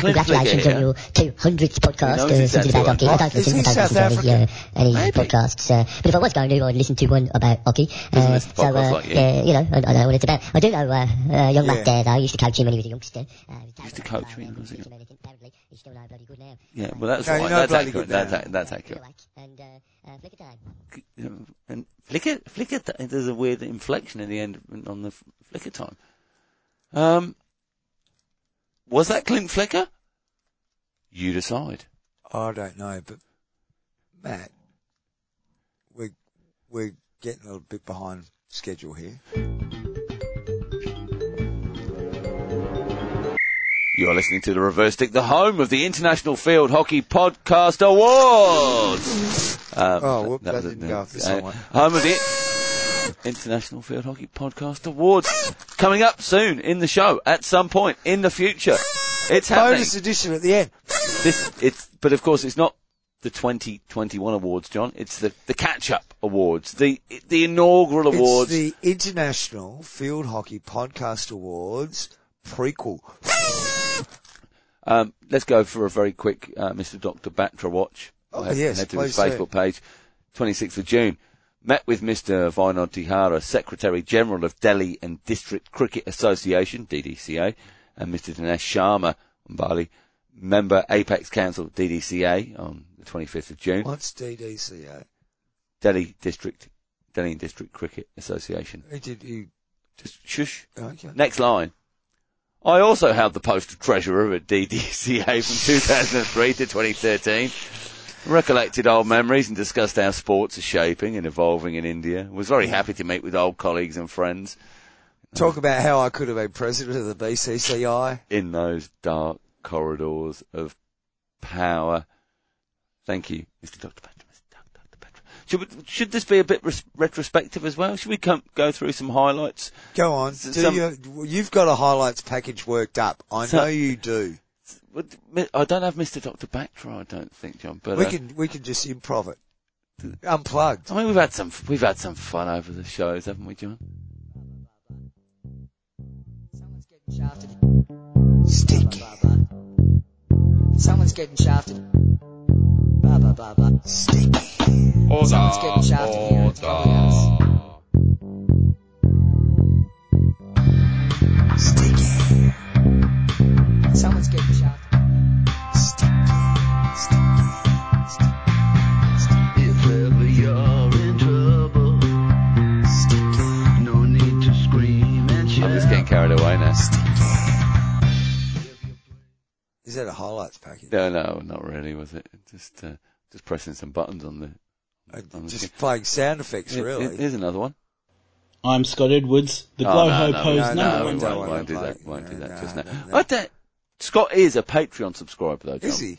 Clint congratulations Flickery, on your 200th podcast, He knows uh, exactly something about what hockey. I'm I like. don't listen, I Is he don't listen South to any, uh, any Maybe. podcasts, uh, but if I was going to, I'd listen to one about hockey. Doesn't Uh, listen to so, podcasts uh, like you. yeah, you know, I, I don't know what it's about. I do know, uh, uh, young Yeah. Matt there, though. I used to coach him when he was a youngster. Uh, he Used to terrible coach player, him, couldn't was he? teach him anything, apparently. He's still no bloody good now. yeah, well, that's No, fine. you're not That's bloody accurate. good now. That's, ac- that's Uh, give accurate. it a whack And, uh, uh, flick it down. And flicker, flicker. th- There's a weird inflection in the end on the f- flicker time. Um, was that Clint Flicker? You decide. I don't know, but Matt, we're we're getting a little bit behind schedule here. You are listening to the Reverse Stick, the home of the International Field Hockey Podcast Awards. Um, Oh, whoop, that was didn't it. go off the same way. Uh, Home of the International Field Hockey Podcast Awards. Coming up soon in the show, at some point in the future. It's happening. Bonus edition at the end. This, it's, but of course, it's not the 2021 awards, John. It's the, the catch-up awards, the the inaugural awards. It's the International Field Hockey Podcast Awards prequel. Um, let's go for a very quick uh, Mr. Dr. Batra watch. Oh, Head- yes, head to his please do. Facebook page, 26th of June. Met with Mr. Vinod Tihara, Secretary General of Delhi and District Cricket Association, DDCA, and Mr. Dinesh Sharma, Bali, member Apex Council, DDCA, on the 25th of June. What's DDCA? Delhi District, Delhi and District Cricket Association. He did. He, Just shush. okay. Next line. I also held the post of treasurer at DDCA from 2003 to 2013. Recollected old memories and discussed how sports are shaping and evolving in India. Was very happy to meet with old colleagues and friends Talk about how I could have been president of the BCCI. in those dark corridors of power. Thank you, Mr. Dr. Patron. Dr. Patron. Should, we, should this be a bit res- retrospective as well? Should we come, go through some highlights? Go on. S- Do some- you, you've got a highlights package worked up. I So- know you do. What- I don't have Mr. Dr. Batra, I don't think, John. But We uh, can we can just improv it, unplugged. I mean, we've had some we've had some fun over the shows, haven't we, John? Someone's getting shafted. Stick, Ba, ba, ba. Someone's getting shafted. Ba ba ba ba. stick. Someone's getting shafted here. It's probably us. Someone's getting shafted. If ever you're in trouble, no need to scream and I'm just getting shout. carried away now. Is that a highlights package? No, no, not really, was it? Just uh, just pressing some buttons on the. Uh, on the Just playing sound effects, Here- really. here- Here's another one. I'm Scott Edwards, the Oh, Blow no, Ho no, no, Pose number no, we one day. won't, won't do that. Won't do No, that just no, now. no. I don't, Scott is a Patreon subscriber though. John. Is he?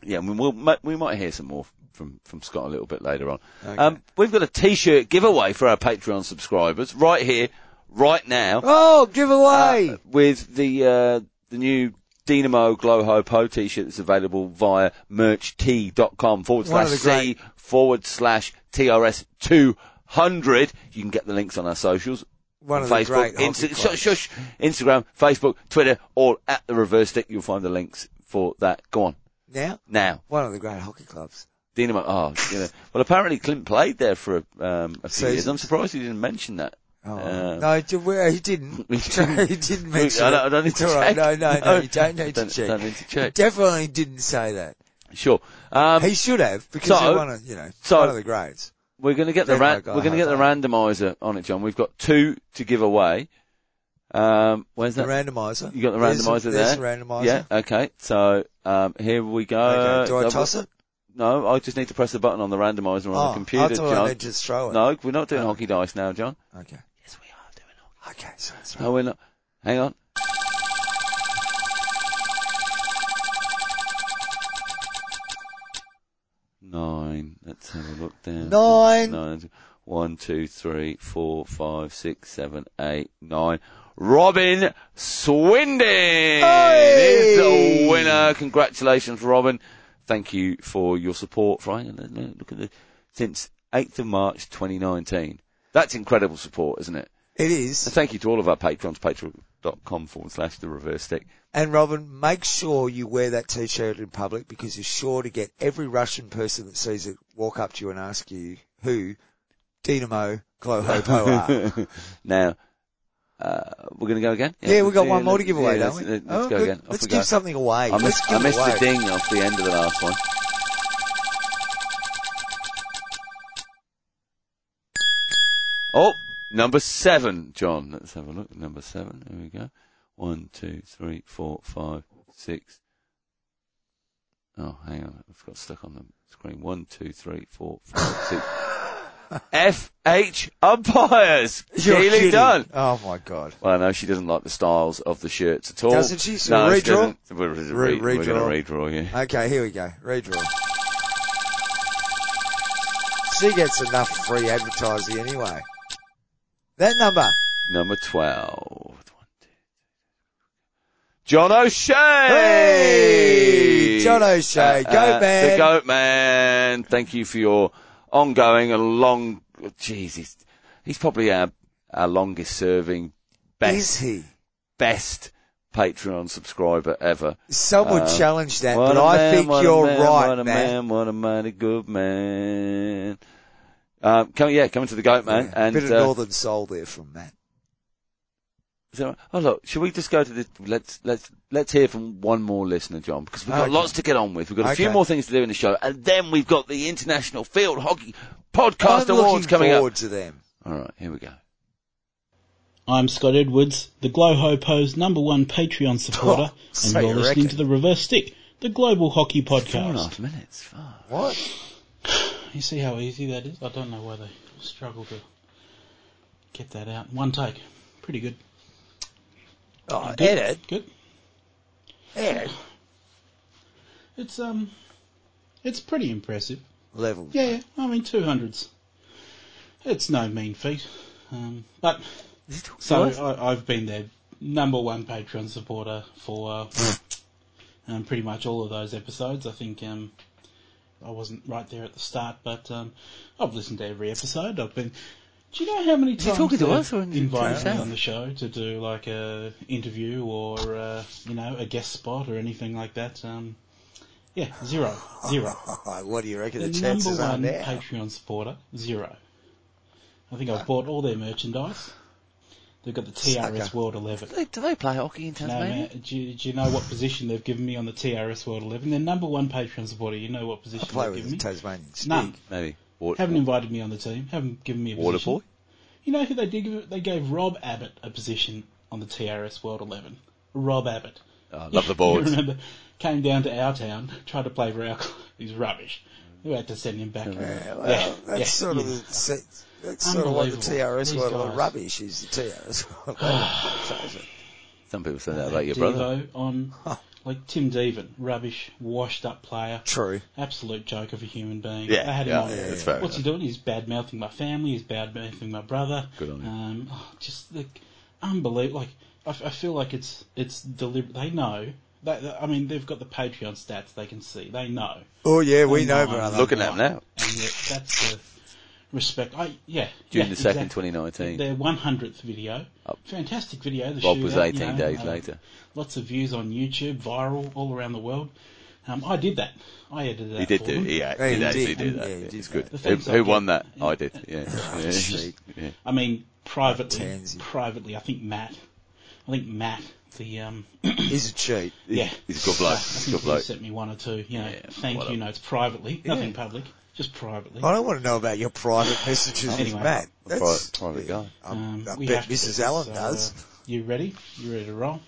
Yeah, and we'll, we might hear some more from, from Scott a little bit later on. Okay. Um, we've got a t-shirt giveaway for our Patreon subscribers right here, right now. Oh, give away! Uh, with the, uh, the new Dynamo Glow Ho Po t-shirt that's available via mercht.com forward One slash of the C forward slash TRS 200. You can get the links on our socials. One of the Facebook, great hockey Insta- clubs. shush, shush, Instagram, Facebook, Twitter, all at the reverse stick. You'll find the links for that. Go on. Now, Now. one of the great hockey clubs. Dynamo. Oh, you know. Well, apparently Clint played there for um, a few Season. years. I'm surprised he didn't mention that. [laughs] Oh, Uh, no, d- well, he [laughs] didn't. [laughs] He he didn't. didn't mention I don't, it. I don't need It's to all right. check. [laughs] No, no, no, you don't need don't, to check. Don't need to check. Definitely didn't say that. Sure. Um, he should have because so- he won a, you know, so- one of the greats. we're going to get the Dynamo ra- guy, we're going to get the randomizer on it, John. We've got two to give away. Um, where's The that? randomizer. you got the There's- randomizer there's there. the randomizer. Yeah. Okay. So um, here we go. Okay, do I Double- toss it? No, I just need to press the button on the randomizer on oh, the computer, I thought John. I meant to just throw it. No, we're not doing Oh. hockey dice now, John. Okay. Yes, we are doing hockey. Okay, so it's Oh, No, we're not. Hang on. Nine. Let's have a look down. Nine. Nine. One, two, three, four, five, six, seven, eight, nine. Robin Swindon is the Hey! winner. Congratulations, Robin. Thank you for your support, Frank. Look at the since 8th of March 2019. That's incredible support, isn't it? It is. And thank you to all of our patrons, patreon.com forward slash the [laughs] reverse stick. And Robin, make sure you wear that t-shirt in public because you're sure to get every Russian person that sees it walk up to you and ask you who Dynamo Glohopo [laughs] are. now, uh, we're going to go again? yeah, we've got one more to let's- give away, yeah, don't let's, uh, we? Let's Oh, go good. again. Off Let's we give go. something away. I Let's missed, give I missed it away. the ding off the end of the last one. Oh, number seven, John. Let's have a look. Number seven. There we go. One, two, three, four, five, six. Oh, hang on. I've got stuck on the screen. One, two, three, four, five, [laughs] six. FH umpires. You're Keely kidding. Dunn. Oh my god. Well, no, she doesn't like the styles of the shirts at all. Doesn't she? So No, redraw? doesn't. We're, Re- going to redraw, yeah. Okay, here we go. Redraw. She gets enough free advertising anyway. That number. Number 12. One, two. John O'Shea! Uh, Hey! John O'Shea, Goat The Man. Goat Man. Thank you for your ongoing and long, jeez, he's, he's probably our, our longest serving, Is best, he? best Patreon subscriber ever. Someone Uh, challenged that, but What a I man, think what a you're man, right, What a Matt. man, what a mighty good man. Um, come, yeah, coming to the goat man. Yeah, and bit of uh, northern soul there from Matt. is there- oh look, should we just go to the let's let's let's hear from one more listener, John, because we've got Okay. lots to get on with. We've got a few Okay. more things to do in the show, and then we've got the International Field Hockey Podcast I'm Awards looking coming forward up. to them. All right, here we go. I'm Scott Edwards, the Glow Ho Pose number [laughs] one Patreon supporter, Oh, and so you're you listening reckon. to the Reverse Stick, the global hockey Four and a podcast. half minutes. Fuck. What? You see how easy that is? I don't know why they struggle to get that out. One take. Pretty good. Oh, Good. edit, Good. edit. It's um, it's pretty impressive. Level. Yeah, I mean two hundreds. It's no mean feat. Um, but so I, I've been their number one Patreon supporter for [laughs] uh, um, pretty much all of those episodes. I think um, I wasn't right there at the start, but um, I've listened to every episode. I've been. Do you know how many he times talking to they've us or in- to invited me himself? on the show to do like a interview or uh, you know a guest spot or anything like that? Um, yeah, zero, zero. what do you reckon [laughs] the, The number chances are one now? Patreon supporter, zero. I think I've bought all their merchandise. They've got the TRS Sucker. World 11. Do they, do they play hockey in No, Tasmania? man, do, you, do you know what position they've given me on the TRS World 11? Their number one Patreon supporter. You know what position Play they've with given the me? Tasmanian stick. None. Maybe. Water, Haven't invited me on the team. Haven't given me a water position. boy? You know who they did? Give, they gave Rob Abbott a position on the TRS World 11. Rob Abbott. Oh, [laughs] love the I boards. remember came down to our town, tried to play for our club. [laughs] He's rubbish. We had to send him back. Yeah, well, that's yeah, sort of yeah. the, se- that's sort of what the Unbelievable. TRS These world of guys. rubbish is the TRS world. [laughs] [sighs] of rubbish. Some people say that about your Devo brother. [laughs] on like Tim Devan, rubbish, washed up player, True. absolute joke of a human being. Yeah, they had him yeah, on. yeah, that's fair What's he doing? He's bad mouthing my family. He's bad mouthing my brother. Good on him. Um, oh, just like unbelievable. Like I, f- I feel like it's it's deliberate. They know. They, they- I mean, they've got the Patreon stats. They can see. They know. Oh yeah, we know, Online. brother. Looking at him now. And yet that's the respect. I yeah. June yeah, the 2nd, exactly. 2019. Their 100th video. Up. Fantastic video. The Rob was shootout, 18 you know, days uh, later. Lots of views on YouTube, viral all around the world. Um, I did that. I edited that. He did for do them. it. Yeah, Yeah, he he did actually did. do Yeah, that. he Yeah, did It's good. that. The Who, things who I won that? get. I did. [laughs] Yeah. yeah. yeah. I mean, privately, Tansy. privately, I think Matt, I think Matt, the um, He's a cheat. yeah, He's a good I bloke. He's a think good [laughs] he bloke. sent me one or two, you know, Yeah, thank whatever. you notes privately, nothing public, just privately. I don't want to know about your private messages Anyway. with Matt. A That's, private, private guy. I'm- I Um, we bet have to Mrs. do it, Allen so, does. [laughs] uh, you ready? You ready to roll?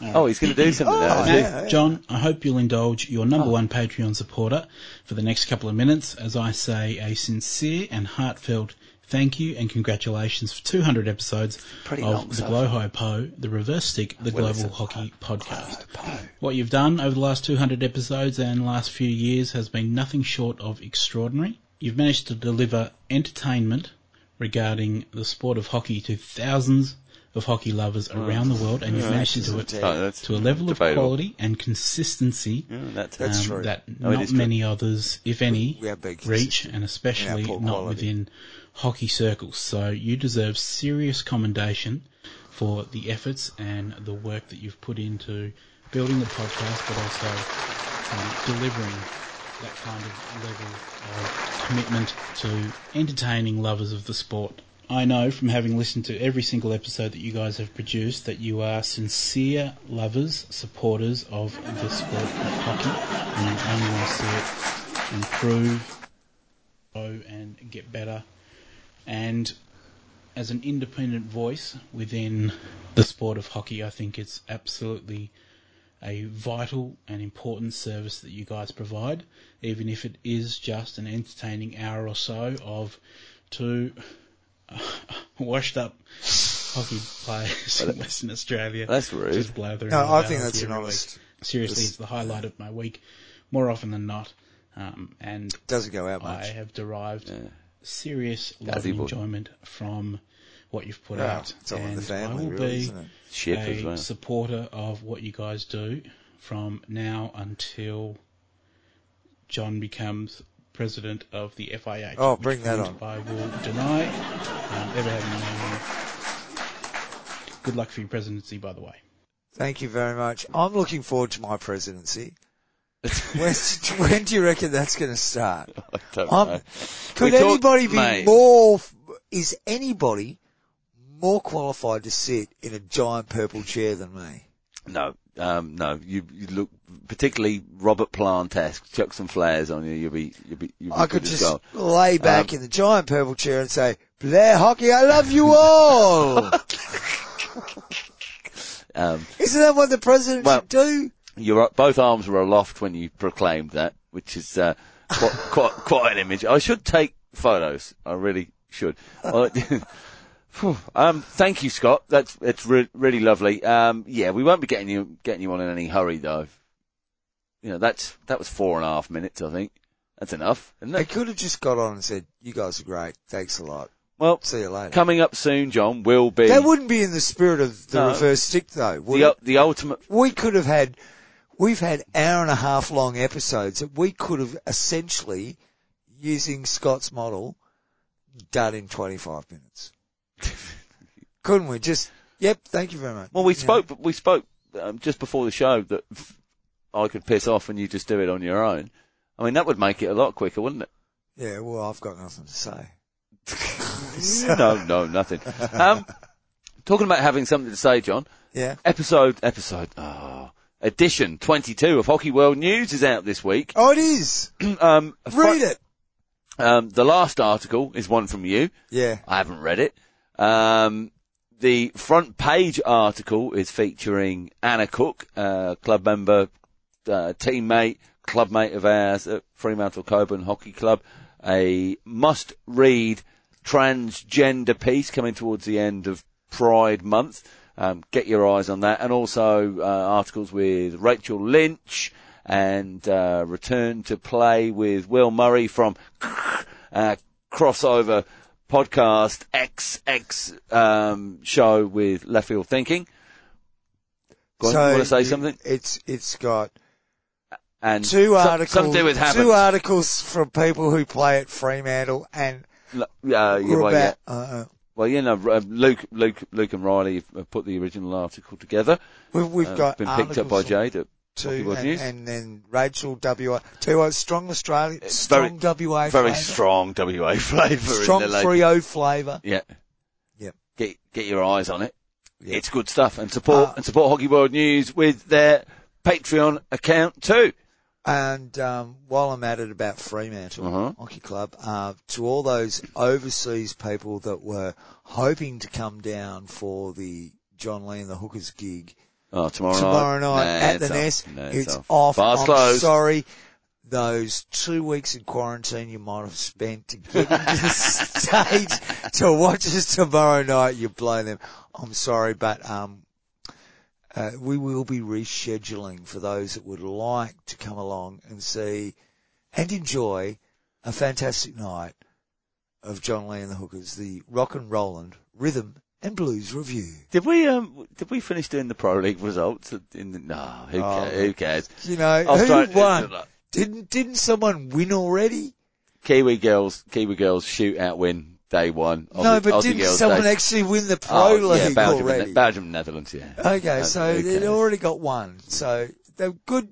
Oh, he's going to do something now. Oh, is he? yeah. John, I hope you'll indulge your Oh. number one Patreon supporter for the next couple of minutes as I say a sincere and heartfelt thank you and congratulations for 200 episodes Pretty long of the stuff. Glow High Po, the Reverse Stick, the Global Hockey Podcast. Po. What you've done over the last 200 episodes and last few years has been nothing short of extraordinary. You've managed to deliver entertainment regarding the sport of hockey to thousands of hockey lovers around the world, and you've managed to do it Oh, that's to a level of debatable. quality and consistency Yeah, that's That's um, true. that No, it not is true. many others, if any, We have been reach, consistent and especially poor not quality. within hockey circles. So you deserve serious commendation for the efforts and the work that you've put into building the podcast, but also um, delivering that kind of level of commitment to entertaining lovers of the sport. I know from having listened to every single episode that you guys have produced that you are sincere lovers, supporters of the sport of hockey, and you only want to see it improve, grow, and get better. And as an independent voice within the sport of hockey, I think it's absolutely a vital and important service that you guys provide, even if it is just an entertaining hour or so of two [laughs] washed up hockey players in Western Australia. That's rude. Just blow their No, I minds think out that's an every honest. week. Seriously, it's the highlight of my week, more often than not. Um, and Doesn't go out I much. have derived Yeah. serious love Gazzy and boy. enjoyment from what you've put Yeah, out. Ah, it's all in the And I family, will really, be isn't it? Ship a as well. [laughs] supporter of what you guys do from now until John becomes president of the FIH. Oh, which bring that point I will deny um, ever having known you. Good luck for your presidency, by the way. Thank you very much. I'm looking forward to my presidency. When, [laughs] when do you reckon that's going to start? I don't I'm- know. Could We talked- anybody be mate. more? f- Is anybody more qualified to sit in a giant purple chair than me? No, um, no. You, you look particularly Robert Plant-esque. Chuck some flares on you. You'll be, you'll be, you'll be I could good as just gold. lay back Um, in the giant purple chair and say, "Blair Hockey, I love you all." Um, Isn't that what the president Well- should do? your both arms were aloft when you proclaimed that, which is uh, quite, quite quite an image. I should take photos. I really should. I- [laughs] Phew. um, thank you, Scott. That's it's re- really lovely. Um, yeah, we won't be getting you getting you on in any hurry though. you know, that's, that was four and a half minutes, I think. That's enough, isn't They it? could have just got on and said, you guys are great. Thanks a lot. Well, See you later. coming up soon, John, will be That wouldn't be in the spirit of the No. reverse stick though, would the, it? ul- the ultimate, we could have had, we've had hour and a half long episodes that we could have essentially, using Scott's model, done in 25 [laughs] minutes. Couldn't we? Just, yep, thank you very much. well, we Yeah. spoke, we spoke um, just before the show that I could piss off and you just do it on your own. I mean, that would make it a lot quicker, [laughs] wouldn't it? Yeah, well, I've got nothing to [laughs] say. [laughs] no, no, nothing. Um, talking about having something to say, John, Yeah. episode, episode, oh, edition 22 of Hockey World News is out this week. [clears throat] Oh, it is! um, a fr- Read it! Um, the last article is one from you. Yeah. I haven't read it. Um, the front page article is featuring Anna Cook, uh, club member, uh, teammate, club mate of ours at Fremantle Coburn Hockey Club. A must read transgender piece coming towards the end of Pride Month. Um, get your eyes on that. And also uh, articles with Rachel Lynch and uh, Return to Play with Will Murray from uh, crossover podcast XX um, show with Left Field Thinking. Go on, you want to say you- something? It's, it's got And two some- articles, Something to do with two habits. articles from people who play at Fremantle and L- yeah, yeah, well, yeah. Grubauer. Uh, Well, you know, uh, Luke, Luke, Luke, and Riley have put the original article together. we, we've Uh, got been picked up by articles from- Jade. At Hockey too, World and, News. and then Rachel WA. Tell you what, strong Australia, It's strong WA, very flavour. strong WA [laughs] flavour. strong in the late- Frio flavour. Yeah. Yep. Get get your eyes on it. Yeah. It's good stuff, and support Uh, and support Hockey World News with their Patreon account too. And um, while I'm at it about Fremantle Uh-huh. Hockey Club, uh, to all those overseas people that were hoping to come down for the John Lee and the Hookers gig Oh, tomorrow, tomorrow night, night Nah, at the it's off. Nest, Nah, it's, [laughs] off. off. Bar's I'm closed. sorry. Those two weeks in quarantine you might have spent to [laughs] get to the stage to watch us tomorrow night, you blow them. I'm sorry, but um, uh, we will be rescheduling for those that would like to come along and see and enjoy a fantastic night of John Lee and the Hookers, the Rock and Roland Rhythm and Blues Review. Did we um did we finish doing the pro league results? In the, no, who, Oh. cares, who cares? You know, I'll who start- won? Didn't didn't someone win already? Kiwi girls, Kiwi girls shoot out win day one. no, Aussie- but Aussie didn't girls someone day- actually win the Oh, pro league yeah, Belgium, and- already? Belgium, and Netherlands, yeah. okay, Uh, so who they'd cares? already got one. So they're good.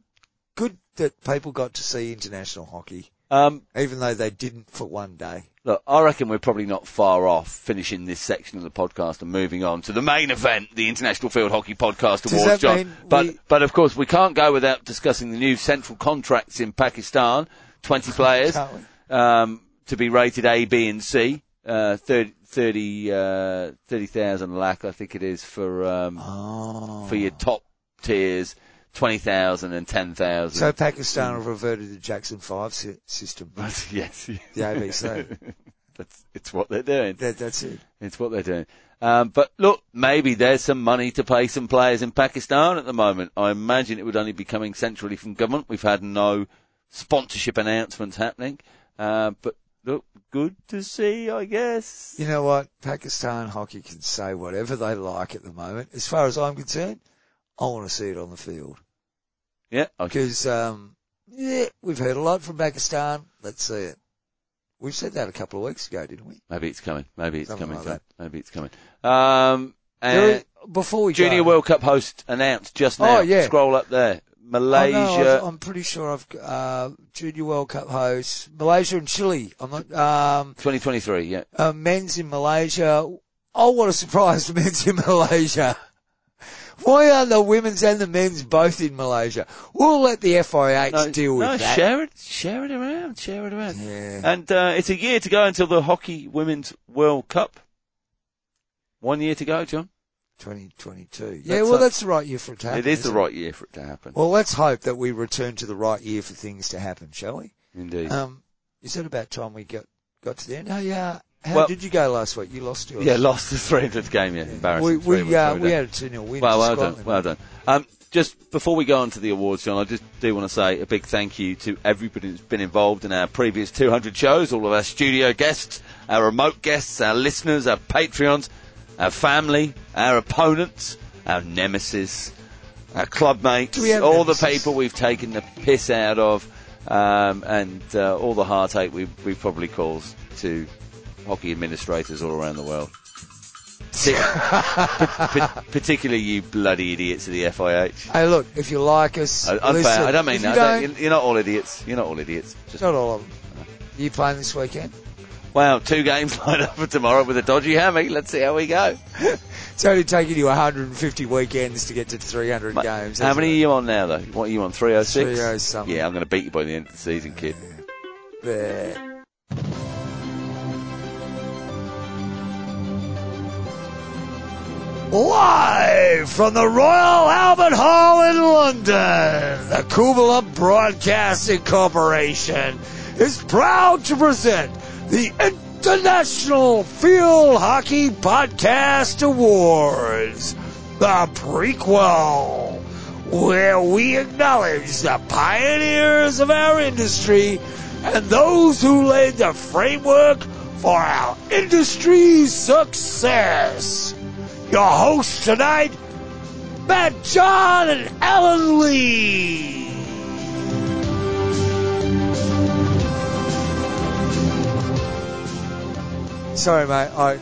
Good that people got to see international hockey, Um, even though they didn't for one day. Look, I reckon we're probably not far off finishing this section of the podcast and moving on to the main event, the International Field Hockey Podcast Does Awards, that John. mean but we- but of course we can't go without discussing the new central contracts in Pakistan. [laughs] Twenty players Can't um, to be rated A, B, and C. Uh, 30 30, uh, 30,000 lakh, I think it is, for um, Oh. for your top tiers, 20,000 and 10,000. So Pakistan have reverted to Jackson Five sy- [laughs] system, But [laughs] yes, the ABC. [laughs] that's it's what they're doing. that, that's it. It's what they're doing. Um, but look, maybe there's some money to pay some players in Pakistan at the moment. I imagine it would only be coming centrally from government. We've had no sponsorship announcements happening. Uh, but look, good to see, I guess. You know what? Pakistan hockey can say whatever they like at the moment. As far as I'm concerned, I want to see it on the field. Yeah. Okay. because um, yeah, we've heard a lot from Pakistan. Let's see it. We said that a couple of weeks ago, didn't we? Maybe it's coming. Maybe it's Something coming. like John. Maybe it's coming. Um, and Before we Junior go, World Cup host announced just now. Oh, yeah. Scroll up there. Oh, no, Malaysia. I've- I'm pretty sure I've got, uh, Junior World Cup hosts Malaysia and Chile. I'm not um, 2023, yeah. uh, men's in Malaysia. Oh, what a surprise! [laughs] The men's in Malaysia. Why are the women's and the men's both in Malaysia? We'll let the FIH deal with no, that. share it, share it around, share it [laughs] around. Yeah. And uh, it's a year to go until the Hockey Women's World Cup. One year to go, John. 2022. Yeah, That's well, a- that's the right year for it to happen. it is the isn't right year for it to happen. Well, let's hope that we return to the right year for things to happen, shall we? Indeed. Um, is it about time we got, got to the end? Oh yeah, How Well- did you go last week? You lost yours. Yeah, lost the 300th game. Yeah, embarrassing. we Three we, was uh, very we down. had a 2 0 win. Well, to well done. Scotland. Well done. Um, just before we go on to the awards, John, I just do want to say a big thank you to everybody who's been involved in our previous 200 shows, all of our studio guests, our remote guests, our listeners, our Patreons, our family, our opponents, our nemesis, our club mates, we have all the nemesis? people we've taken the piss out of, um, and uh, all the heartache we've, we've probably caused to hockey administrators all around the world. Pa- [laughs] particularly you bloody idiots of the FIH. [laughs] Hey, look, if you like us, I, unfair. listen, I don't mean if you that. I don't- you're not all idiots. You're not all idiots. Just, not all of them. You playing this weekend? wow, two games [laughs] lined up for tomorrow with a dodgy hammy. Let's see how we go. It's only taken you 150 weekends to get to 300 Ma- games. how hasn't many are it? you on now, though? What are you on? 306? 306 something. Yeah, I'm going to beat you by the end of the season, kid. There. Live from the Royal Albert Hall in London, the Kubala Broadcasting Corporation is proud to present the International Field Hockey Podcast Awards, the prequel, where we acknowledge the pioneers of our industry and those who laid the framework for our industry's success. Your hosts tonight, Matt John and Alan Lee. Sorry, mate. I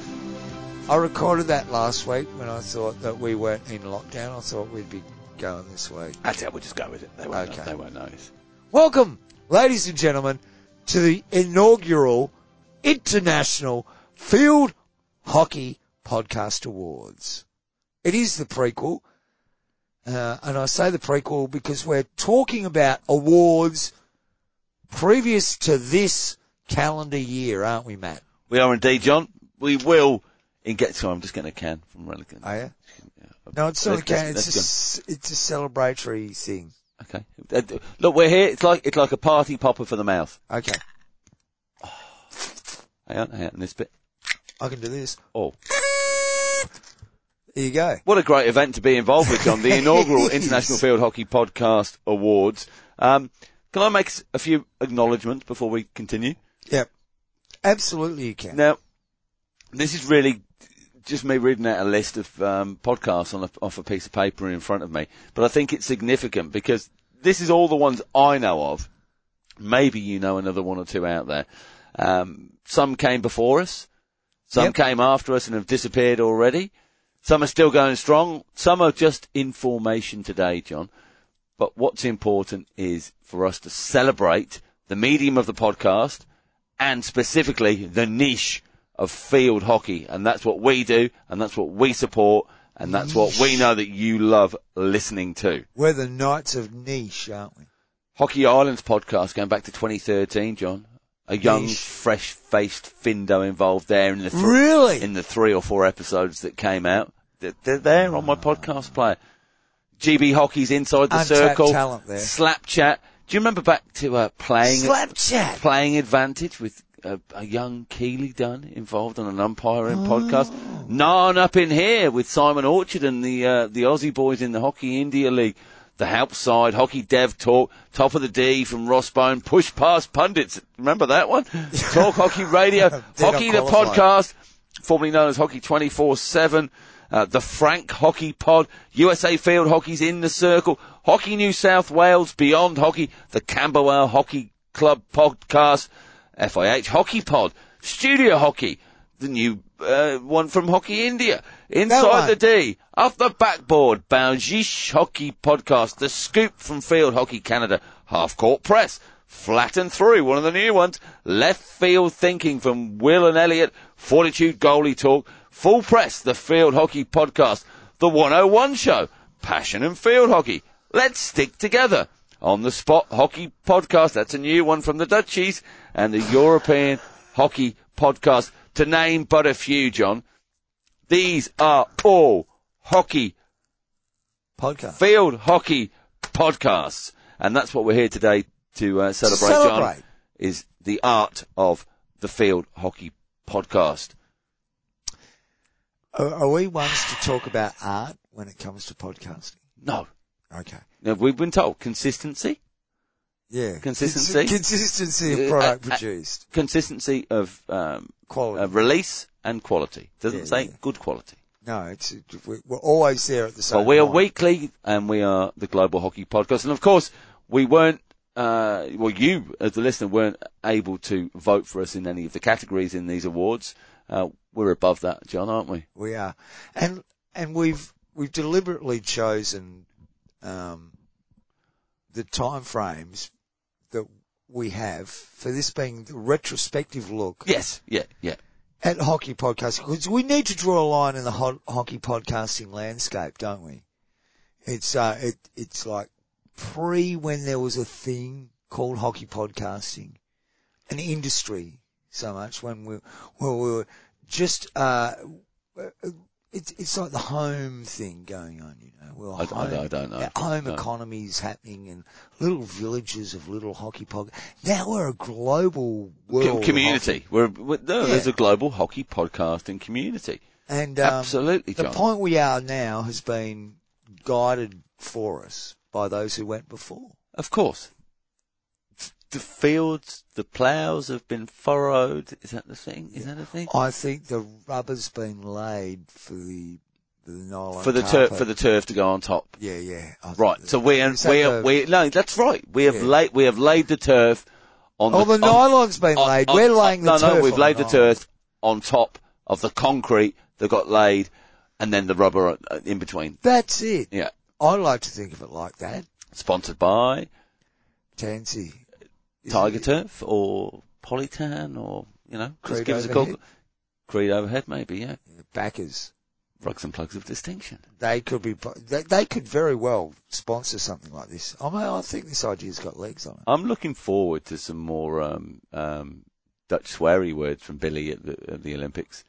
I recorded that last week when I thought that we weren't in lockdown. I thought we'd be going this week. That's it. We'll just go with it. They won't, Okay. they won't notice. Welcome, ladies and gentlemen, to the inaugural International Field Hockey Podcast Awards. It is the prequel, uh, and I say the prequel because we're talking about awards previous to this calendar year, aren't we, Matt? We are indeed, John. We will. In get to, I'm just getting a can from Relican. Are you? No, it's not a Let's- let's- ca- let's It's a, go. s- it's a celebratory thing. Okay. Uh, d- Look, we're here. It's like it's like a party popper for the mouth. Okay, Hang on, hang on. This bit. I can do this. Oh, There you go. what a great event to be involved with, John. [laughs] The inaugural It is. International Field Hockey Podcast Awards. Um, can I make s- a few acknowledgements before we continue? Yep, absolutely you can. Now, this is really just me reading out a list of um, podcasts on a, off a piece of paper in front of me, but I think it's significant because this is all the ones I know of. Maybe you know another one or two out there. Um, some came before us, some Yep. came after us and have disappeared already. Some are still going strong. Some are just in formation today, John. But what's important is for us to celebrate the medium of the podcast and specifically the niche of field hockey. And that's what we do, and that's what we support, and that's what we know that you love listening to. We're the Knights of Niche, aren't we? Hockey Islands podcast going back to 2013, John. A young, Niche. fresh-faced Findo involved there in the thr- Really? in the three or four episodes that came out. They're, they're there on my podcast player. GB Hockey's Inside the Untapped Circle. talent there. Slap Chat. Do you remember back to uh, playing Slapchat. playing advantage with a, a young Keely Dunn involved on an umpiring podcast. Oh. Narn up in here with Simon Orchard and the uh, the Aussie boys in the Hockey India League. The help side, hockey dev talk, top of the D from Ross Bone, push past pundits. Remember [laughs] that one? Talk hockey radio, not hockey the qualify. podcast, formerly known as Hockey 24-7, uh, the Frank Hockey Pod, USA Field Hockey's in the circle, Hockey New South Wales, Beyond Hockey, the Camberwell Hockey Club Podcast, FIH Hockey Pod, Studio Hockey, the new uh, one from Hockey India, one. Inside the D, Off the Backboard, Boungish Hockey Podcast, The Scoop from Field Hockey Canada, Half Court Press, Flat and Through, one of the new ones, Left Field Thinking from Will and Elliot, Fortitude Goalie Talk, Full Press, The Field Hockey Podcast, The 101 Show, Passion and Field Hockey, Let's Stick Together, On the Spot Hockey Podcast, that's a new one from the Dutchies, and the European Hockey Podcast, to name but a few, John. These are all hockey, Podcast. field hockey podcasts. And that's what we're here today to uh, celebrate, John, Celebrate. is the art of the field hockey podcast. Are, are we ones to talk about art when it comes to podcasting? No. Okay. Now, we've been told consistency, Yeah. Consistency? Cons- [laughs] consistency of Uh, product uh, uh, produced. consistency of um, Quality. uh, release and quality. Doesn't Yeah, say yeah. good quality. no, it's, it- we- we're always there at the same Well, we are time. weekly, and we are the Global Hockey Podcast. And of course, we weren't, uh, well, you as the listener weren't able to vote for us in any of the categories in these awards. Uh, we're above that, John, aren't we? We are. And, and we've, we've deliberately chosen, um, the time frames that we have for this being the retrospective look Yes, yeah, yeah. at hockey podcasting because we need to draw a line in the ho- hockey podcasting landscape, don't we? It's uh, it it's like pre when there was a thing called hockey podcasting, an industry so much when we when we were just uh, it's it's like the home thing going on, you know. Well, I, I- I home- don't know. our home No. economy is happening and little villages of little hockey pod. Now we're a global Com- world of community. We're, we no, Yeah. there's a global hockey podcasting community. hockey. and um, Absolutely, the John. point we are now has been guided for us by those who went before. Of course. The fields, the ploughs have been furrowed. Is that the thing? Is that the thing? I think the rubber's been laid for the the nylon For the turf, carpet. for the turf to go on top. yeah yeah I think Right. that- So we are, Is that we the- are, we no, that's right. We have Yeah. laid we have laid the turf on oh the on- nylon's been on- laid. on- We're laying the no, turf. No, we've on laid the nylon. turf on top of the concrete that got laid, and then the rubber uh, in between. That's it. Yeah. I like to think of it like that. Sponsored by Tansy. Is Tiger it- Turf or Polytan or you know, just Creed give us a call. Overhead? Creed Overhead, maybe. Yeah. backers. Rugs and plugs of distinction. They could be. They, they could very well sponsor something like this. I mean, I think this idea's got legs on it. I'm looking forward to some more um, um, Dutch sweary words from Billy at the, at the Olympics.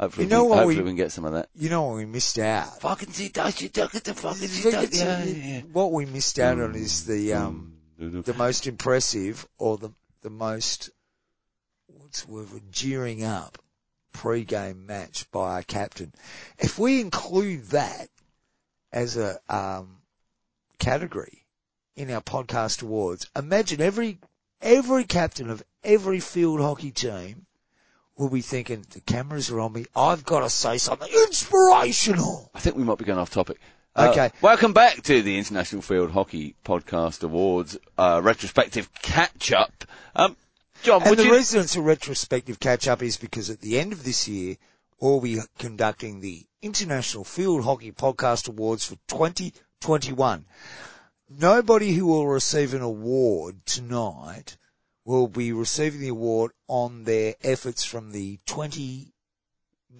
Hopefully, You know we, what hopefully we- we can get some of that. You know what we missed out? Fucking see Dutch, you took it to fucking see Dutch. Yeah, yeah, What we missed out on is the um yeah. the most impressive or the the most what's the word we're jeering up pre-game match by our captain. If we include that as a um category in our podcast awards, imagine every every captain of every field hockey team will be thinking the cameras are on me. I've got to say something inspirational. I think we might be going off topic. Uh, Okay. Welcome back to the International Field Hockey Podcast Awards uh, retrospective catch up. Um, John, And would the you? reason it's a retrospective catch up is because at the end of this year, we'll be conducting the International Field Hockey Podcast Awards for 2021. Nobody who will receive an award tonight will be receiving the award on their efforts from the 20,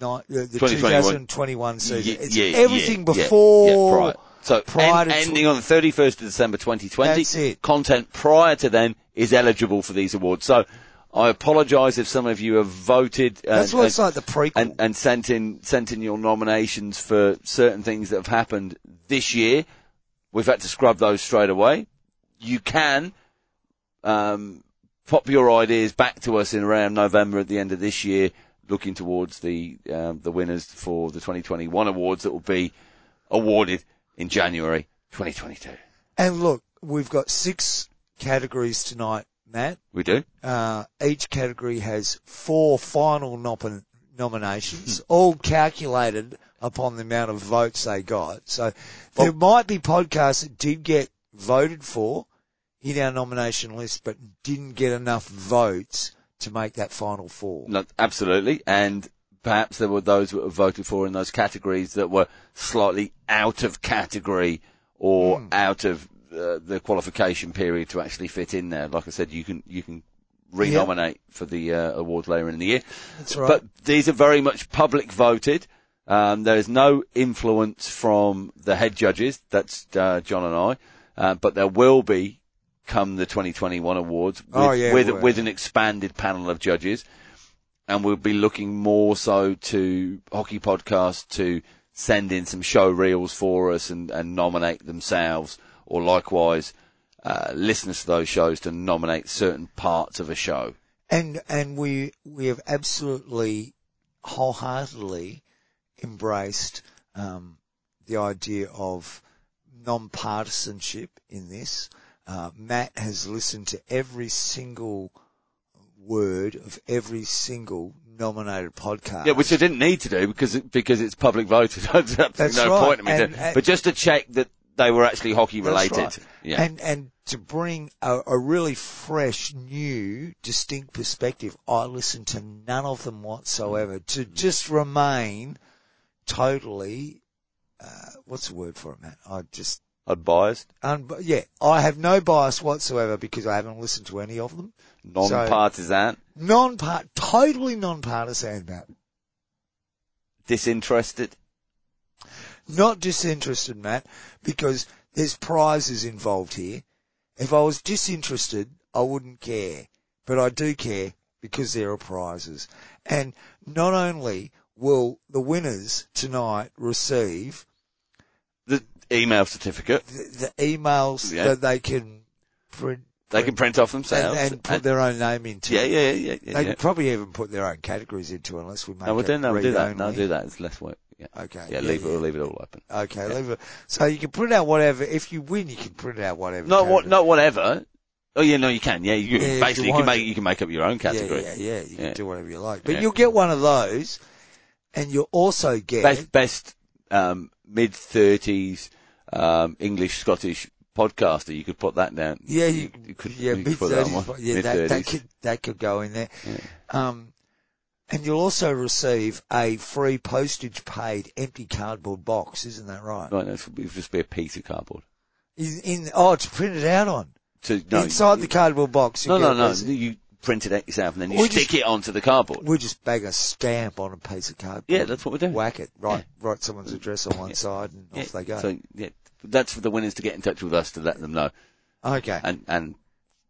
uh, the 2021. 2021 season. Yeah, It's yeah, yeah, everything yeah, yeah, before. right. So prior en- to tw- ending on the 31st of December 2020, That's it. content prior to then is eligible for these awards. So I apologise if some of you have voted. uh, That's what it's and- like the prequel. and, and sent in sent in your nominations for certain things that have happened this year. We've had to scrub those straight away. You can um, pop your ideas back to us in around November at the end of this year, looking towards the um, the winners for the 2021 awards that will be awarded in January 2022. and look, we've got six categories tonight, Matt. We do. uh, each category has four final nom- nominations, all calculated upon the amount of votes they got. So there Well- might be podcasts that did get voted for in our nomination list, but didn't get enough votes to make that final four. No, absolutely. And perhaps there were those that were voted for in those categories that were slightly out of category or Hmm. out of uh, the qualification period to actually fit in there. Like I said, you can you can renominate for the uh, award later in the year. That's right. But these are very much public voted. Um, there is no influence from the head judges. That's uh, John and I. Uh, but there will be come the 2021 awards with, Oh, yeah, with, well. with an expanded panel of judges. And we'll be looking more so to Hockey Podcast to send in some show reels for us and, and nominate themselves or likewise uh, listeners to those shows to nominate certain parts of a show. And, and we, we have absolutely wholeheartedly embraced, um, the idea of non-partisanship in this. Uh, Matt has listened to every single word of every single nominated podcast. Yeah, which I didn't need to do because it, because it's public voted. [laughs] There's absolutely no right. point in me And- doing- and- But just to check that they were actually hockey That's related. right. Yeah. And and to bring a, a really fresh, new, distinct perspective, I listened to none of them whatsoever. To just remain totally, uh, what's the word for it, man? I just, Unbiased, un- yeah, I have no bias whatsoever because I haven't listened to any of them. non-partisan, Non-part, totally non-partisan, Matt. disinterested. Not disinterested, Matt, because there's prizes involved here. If I was disinterested, I wouldn't care. But I do care because there are prizes. And not only will the winners tonight receive The email certificate the, the emails Yeah. that they can print they can print off and, themselves. and put And- their own name into. yeah, yeah, yeah, yeah. yeah, They yeah. could probably even put their own categories into it unless we make No, we'll it do, no, we'll do that. No, read-only. do that. It's less work. Yeah, Okay. yeah, leave it. yeah. We'll leave it all open. Okay, Yeah. leave it. So you can print out whatever. If you win, you can print out whatever. Not what, category. not whatever. Oh yeah, no, you can. Yeah, you Yeah, if you basically you, want can make it. you can make up your own category. Yeah, yeah, yeah. You can Yeah. do whatever you like, but Yeah. you'll get one of those, and you'll also get best best um, mid thirties um, English Scottish podcaster. You could put that down. yeah, you, could, yeah, you mid could put that on thirties, one. yeah, mid that, that thirties. could that could go in there, Yeah. um, and you'll also receive a free postage paid empty cardboard box, isn't that right? Right, no, it would just be a piece of cardboard. In, in oh, to print it out on To, no, inside you- the cardboard box. you No, get no, a no. piece of- You print it out yourself and then you Or stick just- it onto the cardboard. We'll just bang a stamp on a piece of cardboard. Yeah, that's what we're doing. Whack it, right, write someone's address on one Yeah. side, and Yeah, off they go. So yeah, that's for the winners to get in touch with us to let them know okay. and and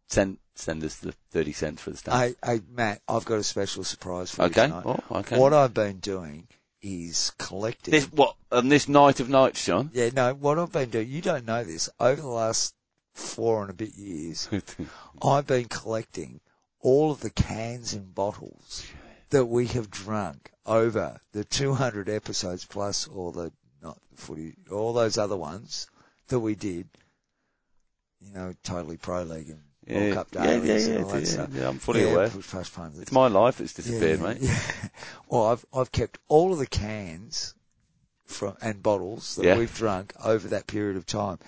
send send us the thirty cents for the stamp. Hey, hey, Matt, I've got a special surprise for okay. you tonight. Oh, okay. What I've been doing is collecting. this what on this night of nights, Sean? yeah, no, what I've been doing, you don't know this, over the last four and a bit years, [laughs] I've been collecting all of the cans and bottles that we have drunk over the 200 episodes plus all the not footy, all those other ones that we did. You know, totally pro league and World Yeah, Cup yeah, yeah, dailies yeah, and all that yeah, stuff. yeah, I'm fully Yeah, aware. push- push puns. It's my life that's Yeah, disappeared, yeah, [laughs] mate. yeah. Well, I've I've kept all of the cans from and bottles that Yeah. Mm. we've drunk over that period of time,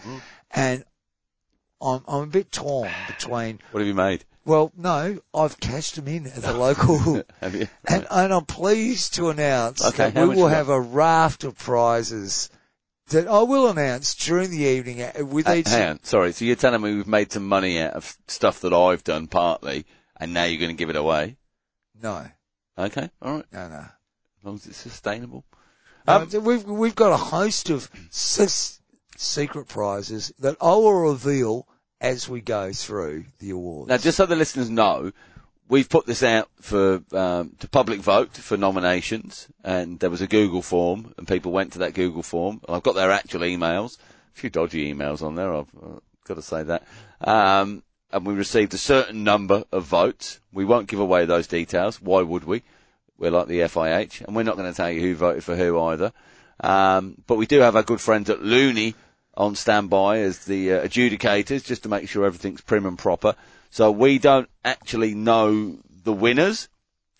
and I'm I'm a bit torn between. What have you [laughs] made? Well, no, I've cashed them in [laughs] at the local, Have you? and, and I'm pleased to announce Okay, that how we much will you got? have a raft of prizes that I will announce during the evening uh, with Uh, each. hang on, sorry. So you're telling me we've made some money out of stuff that I've done partly, and now you're going to give it away? No, Okay, all right. no, no. As long as it's sustainable. Um, Um, we've we've got a host of s- secret prizes that I will reveal as we go through the awards. Now, just so the listeners know, we've put this out for um, to public vote for nominations, and there was a Google form, and people went to that Google form, and I've got their actual emails, a few dodgy emails on there. I've uh, got to say that. Um, and we received a certain number of votes. We won't give away those details. Why would we? We're like the FIH, and we're not going to tell you who voted for who either. Um, but we do have our good friends at Looney on standby as the uh, adjudicators, just to make sure everything's prim and proper. So we don't actually know the winners.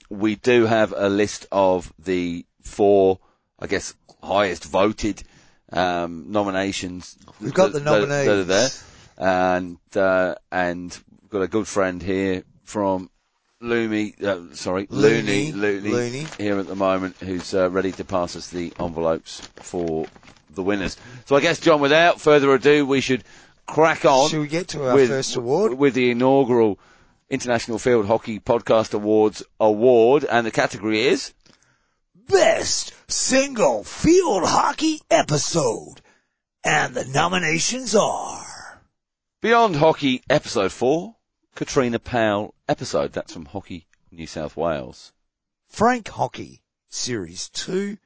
We do have a list of the four, I guess, highest voted um, nominations. We've got the that- that- That are there, nominees. and uh, and we've got a good friend here from Loomy, uh, sorry, Looney, Looney, Looney, Looney. here at the moment, who's uh, ready to pass us the envelopes for the winners. So I guess, John, without further ado, we should crack on. Shall we get to our first award? With the inaugural International Field Hockey Podcast Awards award, and the category is Best single field hockey episode, and the nominations are Beyond Hockey Episode 4, Katrina Powell episode. That's from Hockey New South Wales. Frank Hockey Series Two,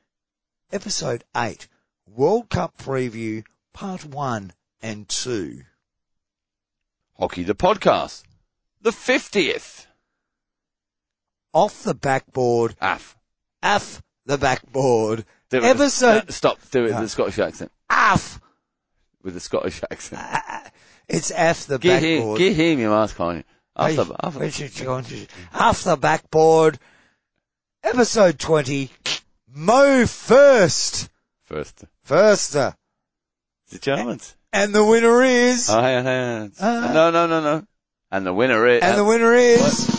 Episode Eight, World Cup Preview Part One and Two. Hockey the Podcast, the 50th. off the backboard, Af. off the backboard, Do it with a- episode no, stop. Do it Ah. with a Scottish accent. off. With a Scottish accent. Ah, It's off the Get him, backboard. get him, you ass, can't you? Off Hey, the, off the- which is going to- off the backboard, episode 20, Mo first, first. firster. The Germans. And the winner is, Oh, hang on, hang on. Uh, no, no, no, no. And the winner is. and the winner is,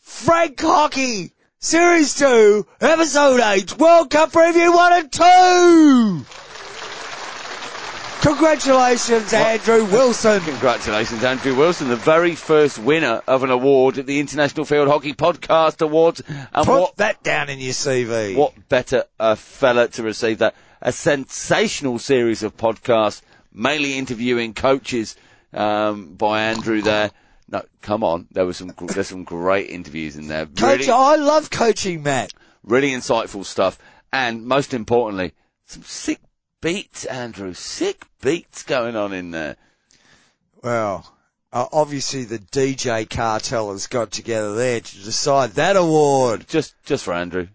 Frank Hockey, Series 2, Episode 8, World Cup Review 1 and 2! Congratulations, Andrew Wilson. Congratulations, Andrew Wilson, the very first winner of an award at the International Field Hockey Podcast Awards. And Put what, that down in your CV. what better a fella to receive that? A sensational series of podcasts, mainly interviewing coaches um, by Andrew there. No, come on. There was some gr- there's some great interviews in there. Coach, Really- I love coaching, Matt. really insightful stuff, and most importantly, some sick beats, Andrew. Sick beats going on in there. Well, uh, obviously the DJ cartel has got together there to decide that award. Just, just for Andrew.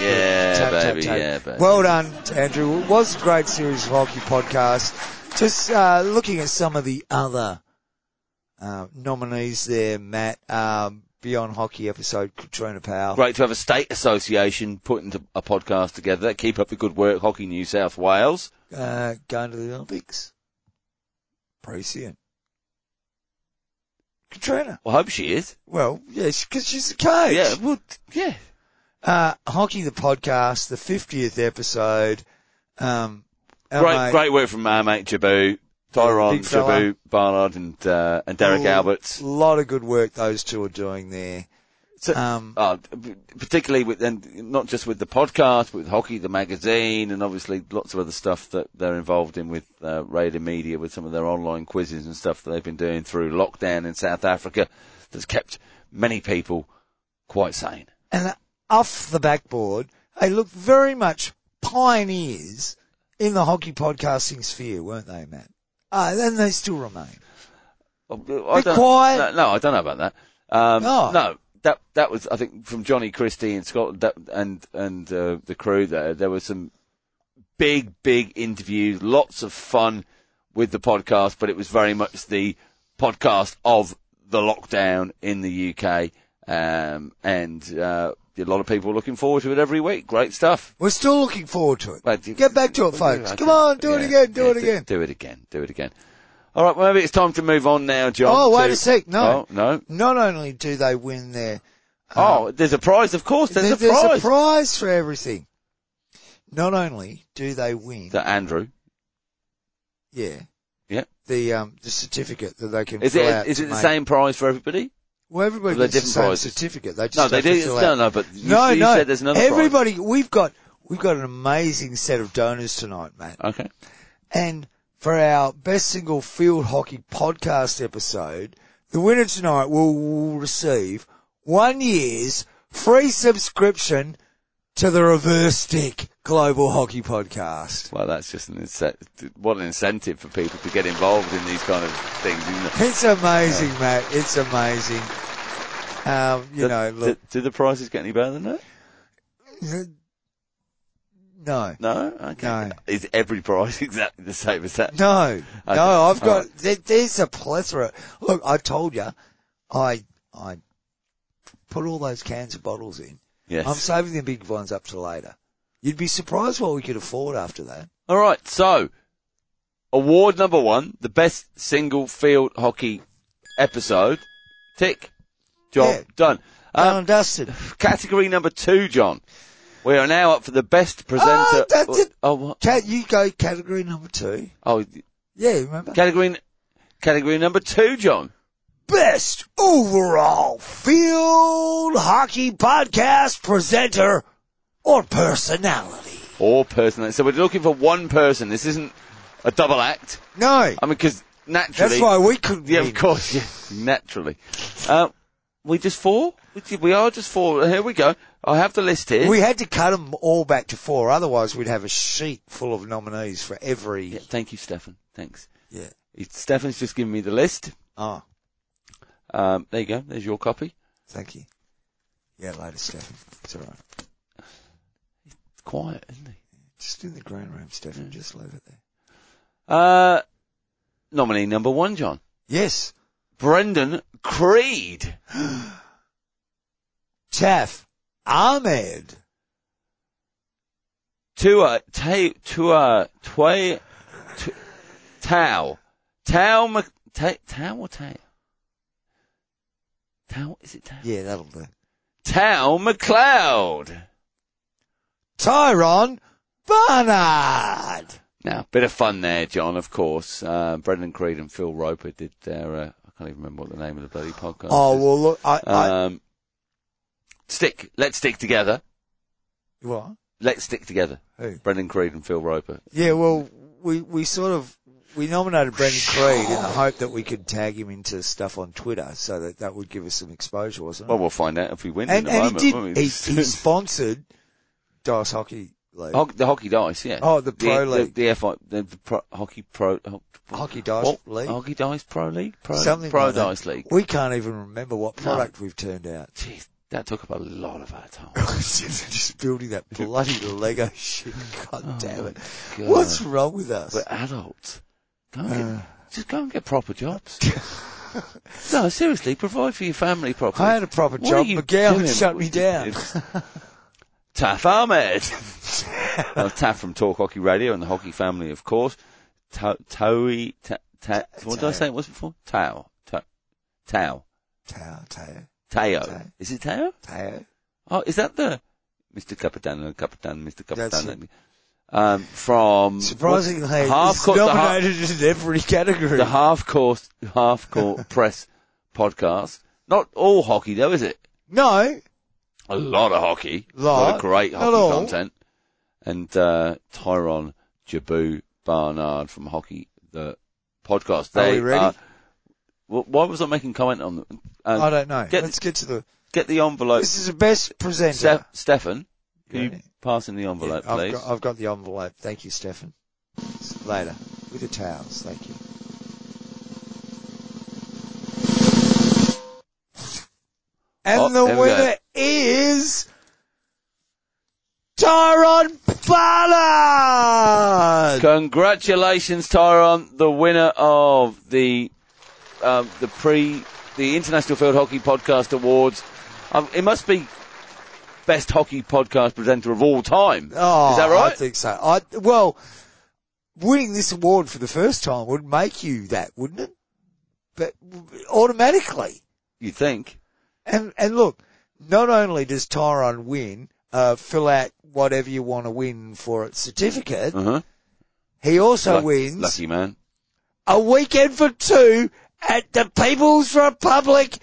Yeah, baby, yeah, baby. Well done, Andrew. It was a great series of hockey podcasts. Just uh, looking at some of the other uh, nominees there, Matt. Um, Beyond Hockey episode, Katrina Powell. Great to have a state association putting t- a podcast together. Keep up the good work, Hockey New South Wales. Uh, going to the Olympics. Prescient. Katrina. Well, I hope she is. Well, yeah, because she's the coach. Yeah, well, t- yeah. Uh, Hockey the podcast, the 50th episode. Um, our great, mate- great work from our mate Jabu, Tyron, Big fella. Oh. Jabu, Barnard, and uh, and Derek Ooh. Alberts. A lot of good work those two are doing there. So- Um, Uh, p- particularly with, and not just with the podcast, but with hockey, the magazine, and obviously lots of other stuff that they're involved in with uh, Raider Media, with some of their online quizzes and stuff that they've been doing through lockdown in South Africa, that's kept many people quite sane. and off the backboard, they look very much pioneers in the hockey podcasting sphere, weren't they, Matt? Uh, and they still remain. Oh, I don't- quiet. No, no, I don't know about that. Um, Oh. No, that that was I think from Johnny Christie in Scotland that, and and uh, the crew there. There were some big big interviews, lots of fun with the podcast, but it was very much the podcast of the lockdown in the UK, um, and uh, a lot of people looking forward to it every week. Great stuff. We're still looking forward to it. But you- Get back to it, folks. Okay. Come on, do it Yeah, again, do yeah, it again. Do it again. Do it again. All right, well, maybe it's time to move on now, John. Oh, wait to- a sec, no. Uh, Oh, no. Not only do they win their Oh, there's a prize, of course. There's, There- a prize. prize for everything. Not only do they win, That Andrew. yeah, Yeah. the um the certificate that they can Is fill it out. is to it the make- same prize for everybody? Well, everybody Well, they're gets the different same prizes. certificate. They just No, they have to do. fill No, out- no, but you, no, you no. said there's another everybody, we've got we've got an amazing set of donors tonight, mate. prize. Okay. And for our best single field hockey podcast episode, the winner tonight will, will receive one year's free subscription to the Reverse Stick Global Hockey Podcast. Well, that's just an incentive. What an incentive for people to get involved in these kind of things, isn't it? It's amazing, mate. It's amazing. Um, you Do- know, do- look, do, the prizes get any better than that? no, No. Okay. No. Is every prize [laughs] exactly the same as that? no, Okay, no. I've got alright. there, there's a plethora. Look, I told you, I I put all those cans of bottles in. Yes. I'm saving the big ones up to later. You'd be surprised what we could afford after that. All right, so award number one, the best single field hockey episode. Tick, job Yeah. done. Done Uh, and dusted. category number two, John. We are now up for the best presenter. Oh, that's it. Oh, what? Cat, you go category number two. Oh, Yeah, remember? category category number two, John. Best overall field hockey podcast presenter or personality. Or person. So we're looking for one person. This isn't a double act. No, I mean, because naturally, that's why we couldn't. yeah, of win. course, yeah, naturally. Uh, We just four? We- We are just four. Here we go. I have the list here. We had to cut them all back to four, otherwise we'd have a sheet full of nominees for every. Yeah, thank you, Stefan. Thanks. Yeah. It's- Stefan's just given me the list. Oh, Um, there you go. There's your copy. thank you. Yeah, later, Stefan. It's all right. It's quiet, isn't he? Just in the green room, Stefan. Mm. Just leave it there. Uh, nominee number one, John. Yes, Brendan Creed. Taff Ahmed. Tua, Te, Tua, Twe, Tu- Tau. Tau, Mc- Ta- Tau or Tau? Tau, is it Tau? Yeah, that'll do. Tau McLeod. Tyron Barnard. Now, bit of fun there, John, of course. Uh, Brendan Creed and Phil Roper did their, uh, I can't even remember what the name of the bloody podcast Oh is. well, look, I, I Um, stick. Let's stick together. what? Let's stick together. Who? Brendan Creed and Phil Roper. Yeah, well, we we sort of we nominated Brendan Creed in the hope that we could tag him into stuff on Twitter, so that that would give us some exposure, wasn't it? Well, we'll find out if we win and in a and moment. he won't did. we? He, [laughs] he sponsored Dice Hockey League, Hoc- the hockey dice, yeah. Oh, the pro the, league. the, FI, the, the pro, hockey pro ho- Hockey Dice what? League, hockey dice pro league, pro something pro like that. dice league. We can't even remember what product we've turned out. [laughs] Jeez, that took up a lot of our time. Just building that bloody Lego shit. God damn it! Oh God. What's wrong with us? Uh, We're adults. Go and get, just go and get [laughs] proper jobs. no, seriously, provide for your family properly. I had a proper What job. are you McGowan doing? shut me down. [laughs] It's- Taff Ahmed. well, Taff from Talk Hockey Radio and the Hockey Family, of course. To- Toey, ta- ta- what did I say it was before? Tao. Ta- Tao. [laughs] Tao, Tao, Tao. Tao. Is it Tao? Tao. Oh, is that the Mr. Capitano, Capitan, Mr. That's Capitan? Um, from Surprisingly, what's- half it's court, the half, nominated in every category. the half course, [laughs] half court press podcast. Not all hockey though, is it? no, a lot of hockey, a lot Lot. of great Not hockey all. content, and uh, Tyron Jabu Barnard from Hockey the podcast. Are They we ready? Wh- why was I making comment on them? Uh, I don't know. get- Let's get to the. Get the envelope, This is the best presenter. Ste- Stefan. Can Yeah. you pass in the envelope, Yeah, I've please? got, I've got the envelope. Thank you, Stefan. Later with the towels. Thank you. And Oh, the there we go. winner is Tyron Ballard. Congratulations, Tyron, the winner of the um, the pre the International Field Hockey Podcast Awards. Um, it must be best hockey podcast presenter of all time. Oh, Is that I right? think so. I, well, winning this award for the first time would make you that, wouldn't it? But automatically. You think? And, and look, not only does Tyron win, uh, fill out whatever you want to win for it certificate, Uh huh. he also wins Lucky man. a weekend for two at the People's Republic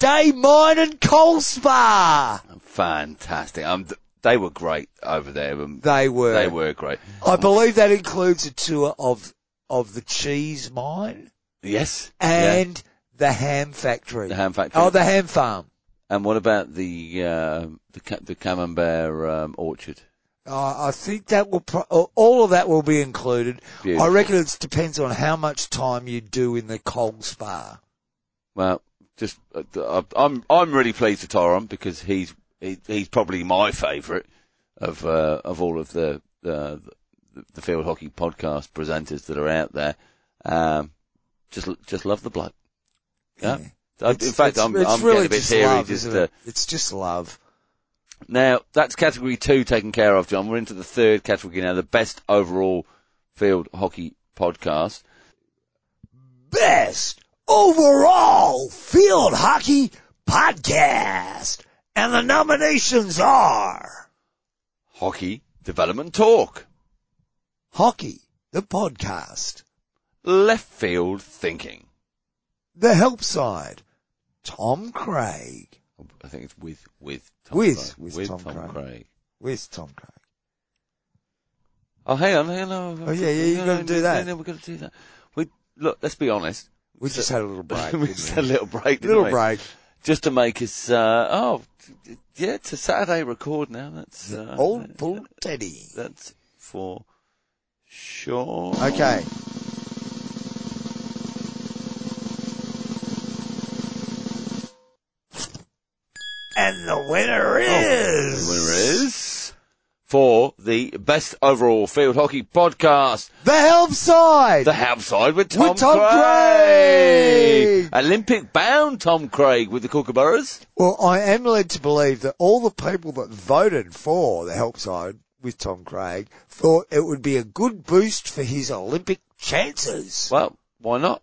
Day Mine and Coal Spa. Fantastic. Um, th- they were great over there. Um, They were. they were great. I believe that includes a tour of, of the cheese mine. Yes. and the ham factory. yeah. the ham factory. Oh, the ham farm. and what about the um the ca- the camembert um, orchard? Uh, I think that will pro- uh, all of that will be included. Beautiful. I reckon it depends on how much time you do in the cold spa. Well, just uh, th- uh, I'm I'm really pleased with Tyron because he's he, he's probably my favourite of uh, of all of the, the the field hockey podcast presenters that are out there. Um, just just love the bloke. Yeah. Uh, In It's- fact, it's- I'm, it's I'm really getting a bit just teary love, just isn't uh, it? It's just love. Now, that's category two taken care of, John. We're into the third category now, the best overall field hockey podcast. Best overall field hockey podcast, and the nominations are Hockey Development Talk. hockey, the podcast, Left Field Thinking. the help side, Tom Craig, I think it's with, with Tom With- Craig. with Tom Craig. Where's Tom Craig? Oh, hang on, hang on. Oh, yeah, yeah, you No, gotta no, do no, that. No, we've got to do that. We, look, let's be honest. [laughs] We just had a little break. we didn't just we? had a little break, didn't little we? break. just to make us, uh, oh, yeah, it's a Saturday record now. That's, uh, Old Bull Teddy. that's for sure. Okay. And the winner Oh, The is winner is for the best overall field hockey podcast, the help side. The Help Side with Tom, With Tom Craig. Olympic bound Tom Craig with the Kookaburras. well, I am led to believe that all the people that voted for the help side with Tom Craig thought it would be a good boost for his Olympic chances. Well, why not?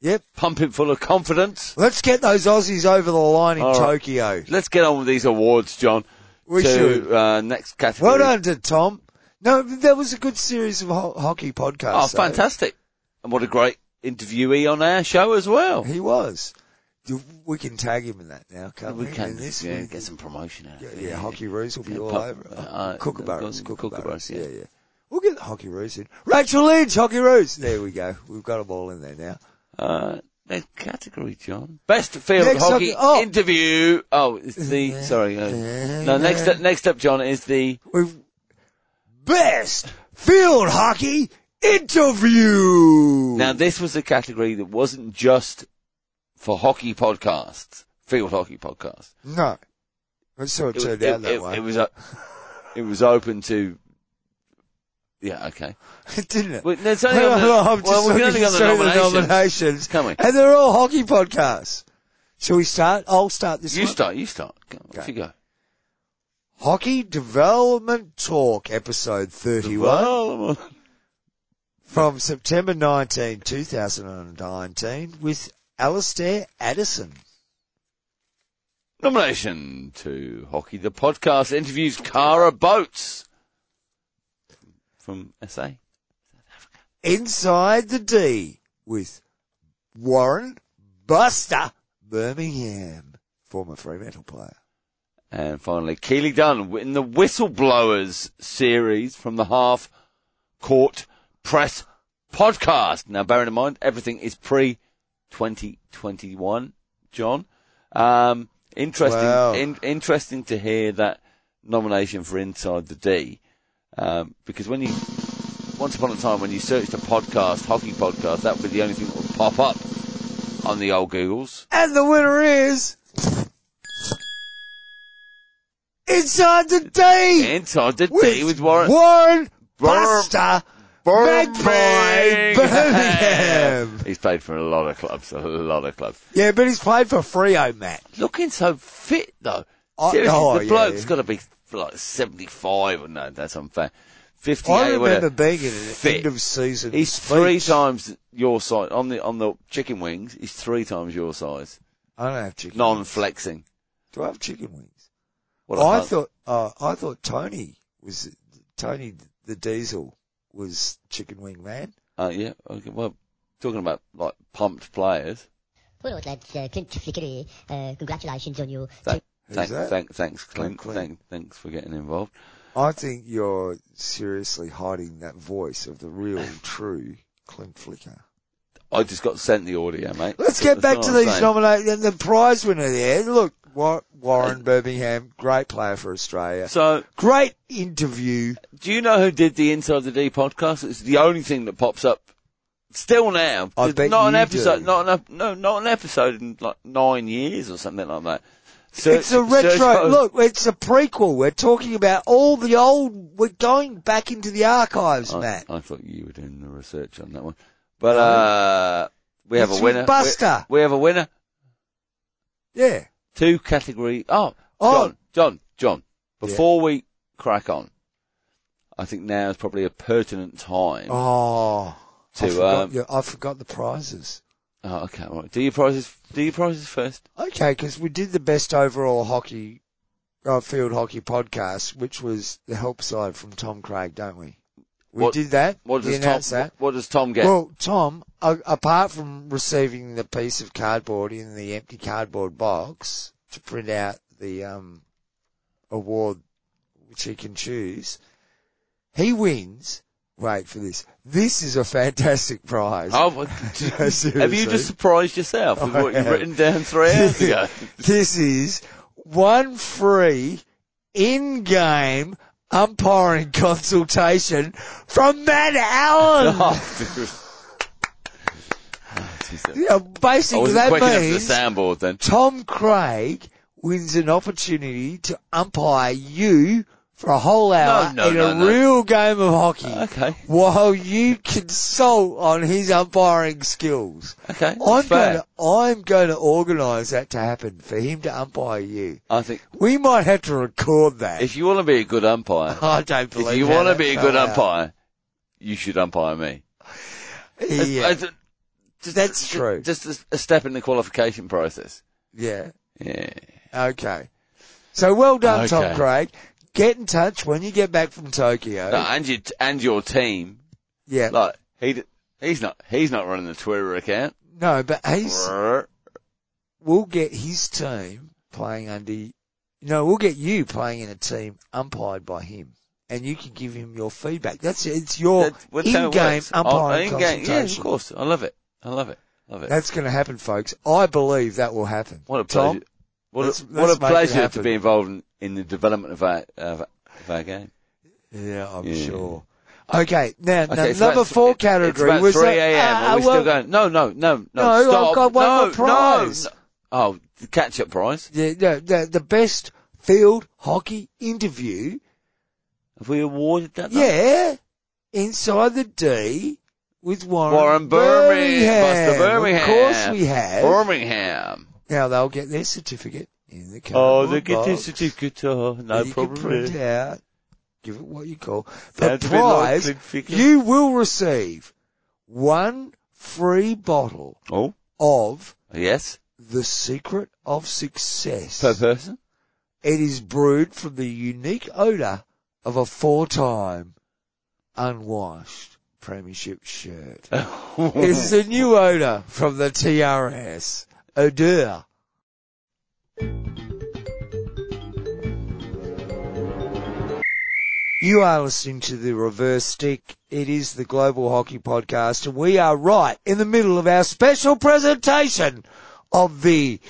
Yep. Pump him full of confidence. Let's get those Aussies over the line in All right. Tokyo. Let's get on with these awards, John. We to, should. Uh, next category. Well done to Tom. No, that was a good series of ho- hockey podcasts. Oh, though. fantastic. And what a great interviewee on our show as well. He was. You- We can tag him in that now, can't we? We can In this yeah, we- get some promotion out Yeah, of it. yeah, Hockey Roos will be Yeah, all pop- over. uh, Kookaburras, uh, Kookaburras. Kookaburras, Yeah, yeah. yeah. We'll get Hockey Roos in. Rachel Lynch, Hockey Roos. There we go. We've got them all in there now. Uh, next category, John. Best field Next hockey up- oh. interview. Oh, it's the, sorry. Uh, no, next up, next up, John, is the, We've best field hockey interview. now this was a category that wasn't just for hockey podcasts, field hockey podcasts. no, that's how it, was- turned out that it, way, it was o- it was open to. Yeah. Okay. [laughs] didn't it? Well, there's only Hang on, on the- I'm just well, we've only looking got the through the nominations. nominations, Can we? and they're all hockey podcasts. Shall we start? I'll start this You one. start. You start. Go, Off you go. Hockey Development Talk, episode 31, Well, um, from September 19, 2019, with Alistair Addison. nomination to hockey. The podcast interviews Cara Boats from SA. Inside the D, with Warren Buster Birmingham, former Fremantle player. And finally, Keely Dunn in the Whistleblowers series from the Half Court Press podcast. Now, bearing in mind, everything is pre 2021, John. Um, interesting, Wow. in, interesting to hear that nomination for Inside the D. Um, because when you, once upon a time, when you searched a podcast, hockey podcast, that would be the only thing that would pop up on the old Googles. And the winner is Inside the D Inside the D with Warren. Warren Warren Buster [laughs] Magpie Birmingham. He's played for a lot of clubs, a lot of clubs. Yeah, but he's played for Frio, Matt. Looking so fit though. Oh, Seriously, oh, the yeah, bloke's yeah. got to be like 75 or no, that's unfair. 58. I remember whatever. being in an Fit. end of season. He's speech. three times your size on the on the chicken wings. He's three times your size, I don't have chicken. wings. non-flexing. Do I have chicken wings? What a I cunt. thought. Uh, I thought Tony was Tony the Diesel was chicken wing man. Uh, yeah. Okay, well, talking about like pumped players. Well, lads, uh, Clint Flickery, uh, congratulations on your Thank- Who's Thank, that? thank, thanks, Clint. Clint. Thank, thanks for getting involved. I think you're seriously hiding that voice of the [sighs] real, true Clint Flicker. I just got sent the audio, mate. Let's get That's back what to I'm these saying. nominations and the prize winner there. Look, Wa- Warren Birmingham, great player for Australia. So, Great interview. do you know who did the Inside the D podcast? It's the only thing that pops up still now. I There's bet not an you episode, do. not an ep- no, not an episode in like nine years or something like that. Search- It's a search retro. for- Look, it's a prequel. We're talking about all the old. We're going back into the archives, I, Matt. I thought you were doing the research on that one, but uh, we have It's a winner. Buster. We, we have a winner. Yeah. Two category. Oh, Oh. John, John, John. Yeah. Before we crack on, I think now is probably a pertinent time. Oh. I, To, forgot, um, your- I forgot the prizes. Oh, okay, all right. Do your prizes. Do your prizes first. Okay, because we did the best overall hockey, uh, field hockey podcast, which was the help side from Tom Craig, don't we? We What- did that. What we does Tom? announced that. What, what does Tom get? Well, Tom, a- apart from receiving the piece of cardboard in the empty cardboard box to print out the um, award which he can choose, he wins wait for this. This is a fantastic prize. Oh, well, [laughs] have seriously. you just surprised yourself with [laughs] I what you've have. written down three [laughs] hours ago? [laughs] this is one free in-game umpiring consultation from Matt Allen. [laughs] Oh, dude. Oh, geez, that- Yeah, I basically, wasn't that quick enough for the means soundboard then. Tom Craig wins an opportunity to umpire you for a whole hour no, in no, Uh, a no. real game of hockey Okay, while you consult on his umpiring skills. okay. I'm fair. going to, I'm going to organise that to happen for him to umpire you. I think We might have to record that. if you [laughs] want to be a good umpire, I don't believe if you how want to that be a fell good out. umpire, you should umpire me. Yeah, [laughs] It's- it's- just- That's just- true. Just a, a step in the qualification process. yeah. Yeah. Okay. So well done, Tom Okay. Craig. Get in touch when you get back from Tokyo. No, and your and your team, yeah. like he d- he's not he's not running the Twitter account. no, but he's, Brrr. we'll get his team playing under, no, we'll get you playing in a team umpired by him. And you can give him your feedback. That's it. It's your That- well, that's how it in-game works. Oh, umpiring in-game- Yeah, of consultation. course. I love it. I love it. Love it. That's going to happen, folks. I believe that will happen. What a Tom? pleasure! What, Let's- a, let's what a make it pleasure happen. to be involved in, in the development of our of, our- of our game. Yeah, I'm Yeah. sure. Okay, now, now Okay, it's number about th- four it- category It's about was 3 that- a.m. ah, Are we well, still going? No, no, no, no. No, I've stop. got one no, more prize. No, no. Oh, the catch-up prize. The, the, the, the best field hockey interview, Have we awarded that? yeah, inside the D with Warren, Warren Birmingham. Buster Of Birmingham. course we have. Birmingham. Now they'll get their certificate in the Oh, cardboard the guitar box certificate. Oh, that no you problem. can print out. Give it what you call the Sounds a bit like prize. Clint Fickle. you will receive one free bottle Oh, of yes. The Secret of Success. Per [laughs] person. It is brewed from the unique odour of a four-time unwashed premiership shirt. Oh. it's the new odour from the TRS. Odeur. You are listening to the Reverse Stick. It is the Global Hockey Podcast and we are right in the middle of our special presentation of the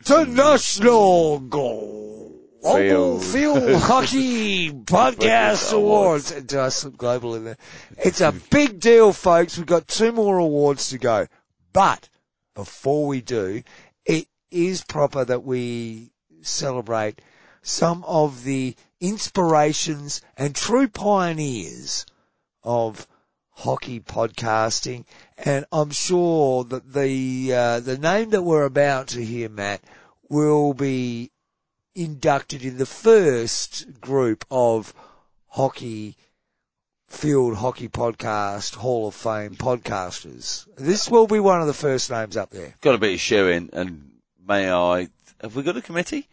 International Global Field. Field Hockey Podcast Podcast Awards. Did I slip global in there? It's a big deal, folks. We've got two more awards to go. But before we do, it is proper that we celebrate some of the inspirations and true pioneers of hockey podcasting. And I'm sure that the, uh, the name that we're about to hear, Matt, will be inducted in the first group of hockey field hockey podcast hall of fame podcasters. This will be one of the first names up there. Got a bit of shoe in, and may I? Have we got a committee?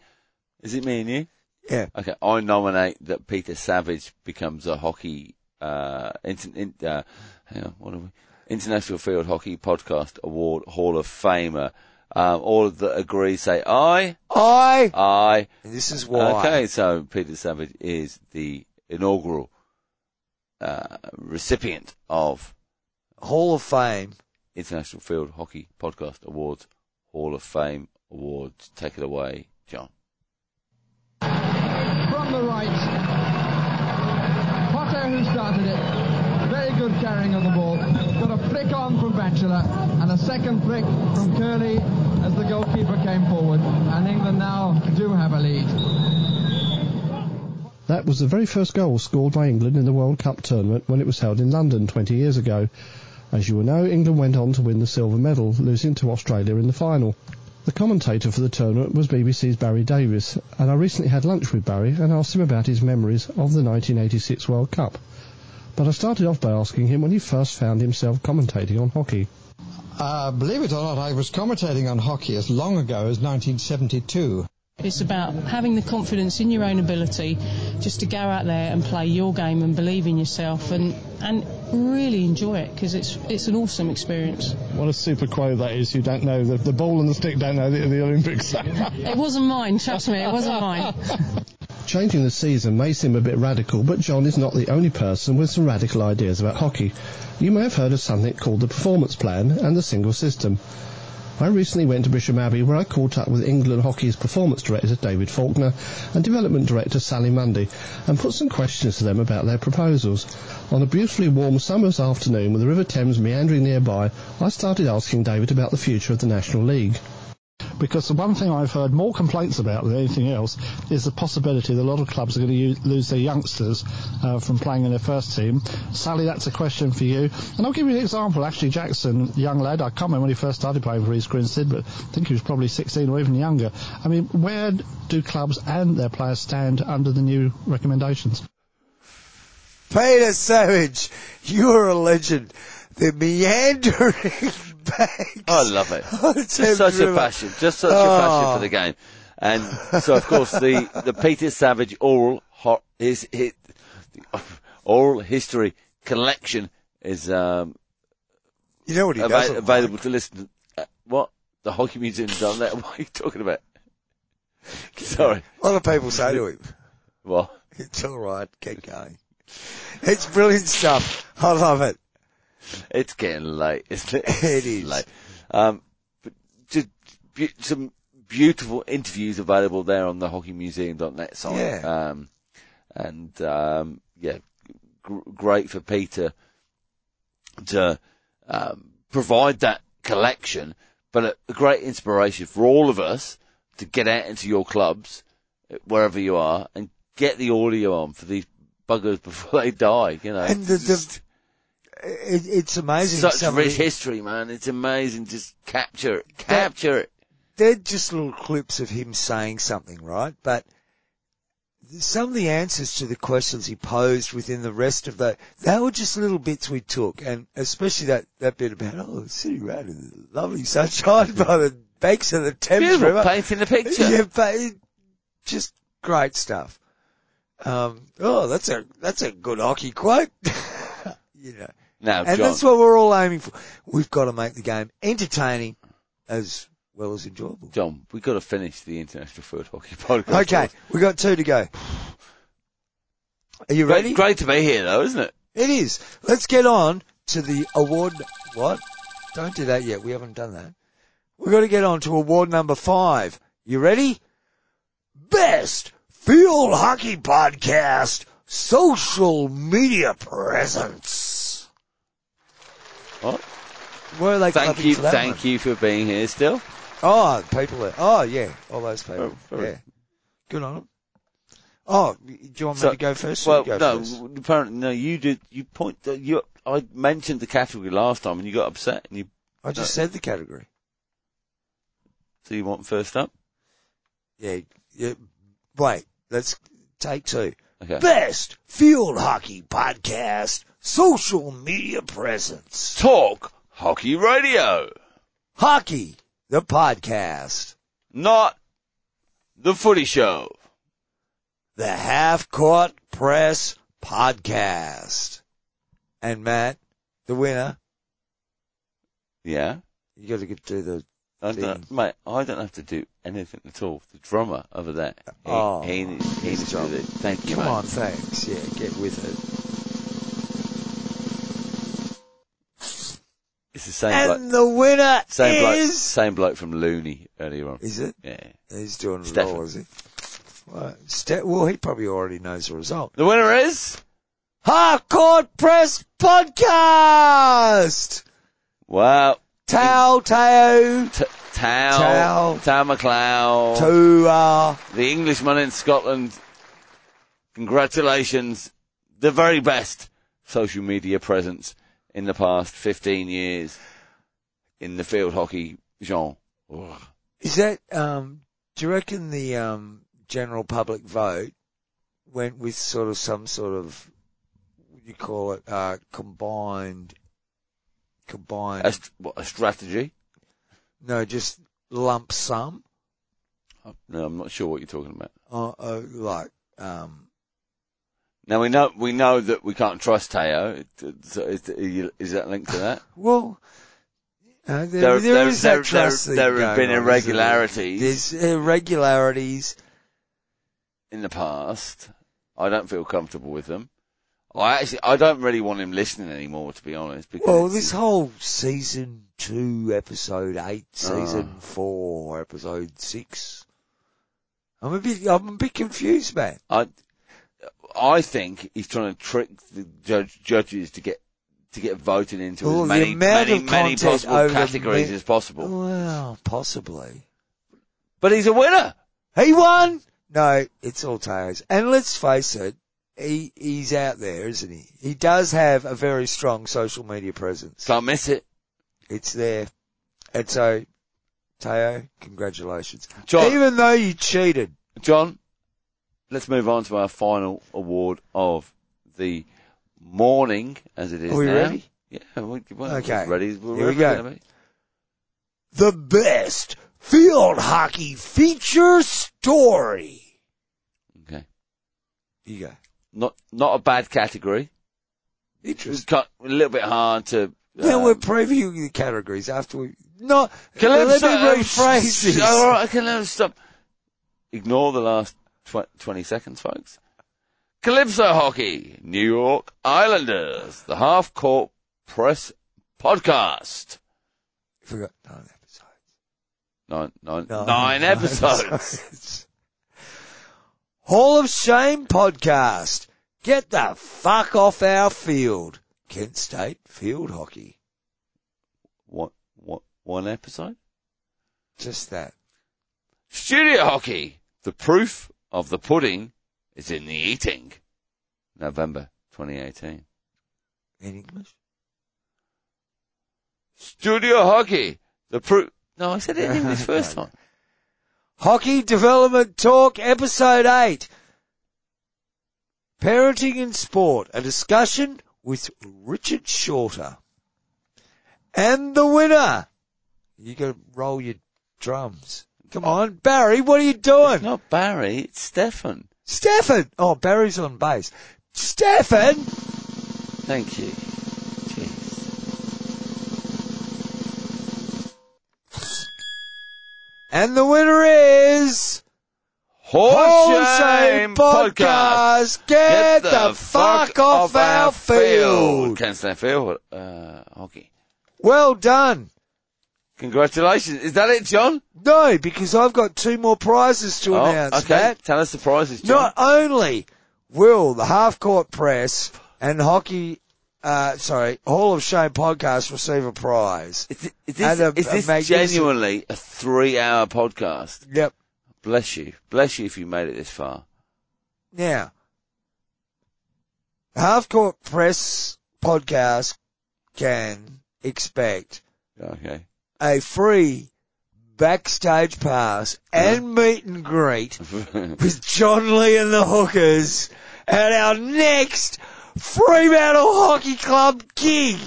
Is it me and you? Yeah. Okay, I nominate that Peter Savage becomes a hockey, uh, inter- in, uh, hang on, what are we? International Field Hockey Podcast Award Hall of Famer. Um, all of that agree say aye, I, aye. and this is why. Okay, so Peter Savage is the inaugural, uh, recipient of Hall of Fame. International Field Hockey Podcast Awards Hall of Fame Awards. Take it away, John. from the right. Potter who started it. Very good carrying of the ball. Got a flick on from Batchelor and a second flick from Curley as the goalkeeper came forward. And England now do have a lead. That was the very first goal scored by England in the World Cup tournament when it was held in London 20 years ago. As you will know, England went on to win the silver medal, losing to Australia in the final. The commentator for the tournament was BBC's Barry Davis, and I recently had lunch with Barry and asked him about his memories of the 1986 World Cup. But I started off by asking him when he first found himself commentating on hockey. Uh, believe it or not, I was commentating on hockey as long ago as 1972. It's about having the confidence in your own ability just to go out there and play your game and believe in yourself and, and really enjoy it because it's, it's an awesome experience. What a super quote that is. You don't know. The, the ball and the stick don't know the, the Olympics. It wasn't mine, trust me, it wasn't mine. Changing the season may seem a bit radical, but John is not the only person with some radical ideas about hockey. You may have heard of something called the performance plan and the single system. I recently went to Bisham Abbey where I caught up with England Hockey's performance director David Faulkner and development director Sally Mundy and put some questions to them about their proposals. On a beautifully warm summer's afternoon with the River Thames meandering nearby, I started asking David about the future of the National League because the one thing I've heard more complaints about than anything else is the possibility that a lot of clubs are going to use, lose their youngsters uh, from playing in their first team. Sally, that's a question for you. And I'll give you an example. Actually, Jackson, young lad, I can't remember when he first started playing for East Grinstead, but I think he was probably 16 or even younger. I mean, where do clubs and their players stand under the new recommendations? Peter Savage, you're a legend. The meandering [laughs] Bags. I love it. [laughs] Just such River. a passion. Just such oh. a passion for the game. And so, of course, the, the Peter Savage oral hot his, his uh, oral history collection is um, you know what he ava- does available like. to listen. To, uh, what the hockey museum's done that? [laughs] What are you talking about? Sorry. A lot of people say to him, "What? It's all right. Keep going." It's brilliant stuff. I love it it's getting late, isn't it? It's [laughs] it is. Late. Um, just be- some beautiful interviews available there on the hockeymuseum.net site. Yeah. Um, and, um, yeah, gr- great for Peter to, um, provide that collection, but a, a great inspiration for all of us to get out into your clubs, uh, wherever you are, and get the audio on for these buggers [laughs] before they die, you know. And the, the, it, it's amazing. Such Some rich history, man. It's amazing. Just capture it. Capture they're, it. They're just little clips of him saying something, right? But some of the answers to the questions he posed within the rest of the, they were just little bits we took, and especially that, that bit about, oh, sitting around in the lovely sunshine by the banks of the Thames Beautiful River. painting the picture. Yeah, but it, just great stuff. Um, oh, that's a, that's a good hockey quote. [laughs] you know. Now, and John. that's what we're all aiming for. We've got to make the game entertaining as well as enjoyable. John, we've got to finish the International Field Hockey [laughs] Podcast. Okay, we've got two to go. Are you great, ready? Great to be here, though, isn't it? It is. Let's get on to the award. What? Don't do that yet. We haven't done that. We've got to get on to award number five. You ready? Best Field Hockey Podcast Social Media Presence. What? Were they thank you, for that thank one? you for being here still. Oh, people. Are, oh, yeah, all those people. Oh, yeah, good on them. Oh, do you want me So- to go first? or Well, you go no, first? apparently no. You did. You point. uh, You. I mentioned the category last time, and you got upset, and you. I just said the category. So you want first up? Yeah, yeah. Wait, let's take two. Okay. Best field hockey podcast social media presence. Talk hockey radio, Hockey the podcast. not the footy show. The Half Court Press Podcast. And Matt, the winner, Yeah. you got to do the I don't, mate, I don't have to do anything at all. The drummer over there, he, Oh, he, needs- he needs to do it. Thank you, Come mate. on, thanks. Yeah, get with it. It's the same bloke, And the winner same bloke, is same bloke from Looney earlier on. is it? Yeah. He's doing it Stefan. all, is he? Well, Ste- well, he probably already knows the result. The winner is. Hardcore Press Podcast. Wow. Tao Tao T- Tao. Tao. Tao McLeod. Tua. the Englishman in Scotland. Congratulations. The very best social media presence in the past 15 years in the field hockey genre. Ugh. Is that? Um, do you reckon the um, general public vote went with sort of some sort of what do you call it uh, combined? Combined. A, st- what, a strategy? No, just lump sum. No, I'm not sure what you're talking about. Uh, uh, like, um, Now we know we know that we can't trust Tao. It- it- So is, is that linked to that? well, uh, [laughs] there, there is there, that trust thing there, there have going been on, isn't there? irregularities. There's irregularities. in the past. I don't feel comfortable with them. I actually, I don't really want him listening anymore, to be honest. Because Well, this whole season two, episode eight, Ah. season four, episode six. I'm a bit, I'm a bit confused, man. I, I think he's trying to trick the judge, judges to get to get voted into Well, as the many amount many, of many content over possible the categories mi- as possible. Well, possibly. But he's a winner. He won. No, it's all Tails. And let's face it, he he's out there, isn't he? He does have a very strong social media presence. Can't miss it. It's there. And so, Teo, congratulations. John- Even though you cheated. John, let's move on to our final award of the morning, as it is Are we now. ready? Yeah, we, well, Okay. okay. ready. Here we We're go. gonna be. The best field hockey feature story. Okay. You go. Not not a bad category. Interesting. Cut a little bit hard to. Now um, we're previewing the categories after we. No, Calypso- let me rephrase this. All right, okay, no, stop. Ignore the last tw- 20 seconds, folks. Calypso Hockey, New York Islanders, the Half Court Press Podcast. Forgot nine episodes. Nine, nine, Nine [laughs] nine, episodes. episodes. Hall of Shame podcast. Get the fuck off our field. Kent State field hockey. What, what, one episode? Just that. Studio Hockey, the proof of the pudding is in the eating. November 2018. In English? Studio Hockey, the proof. No, I said it in [laughs] English first time. Hockey Development Talk, Episode 8. Parenting in Sport, a discussion with Richard Shorter. And the winner. You gotta roll your drums. Come on, Barry, what are you doing? Not Barry, it's Stefan. Stefan! Oh, Barry's on bass. Stefan! Thank you. Jeez. And the winner is... Horse Shame Podcast! Get, the, fuck off our field! Can't stand field uh, hockey. Well done. Congratulations. Is that it, John? No, because I've got two more prizes to announce, Oh, okay. Matt. Tell us the prizes, John. Not only will the half court press and hockey, uh, sorry, Hall of Shame podcast receive a prize. is thi- is and this, a- is a this magnificent- genuinely a three-hour podcast? Yep. Bless you. Bless you if you made it this far. Now, the half court press podcast can expect Okay. [laughs] a free backstage pass and meet and greet with John Lee and the Hookers at our next Fremantle Hockey Club gig.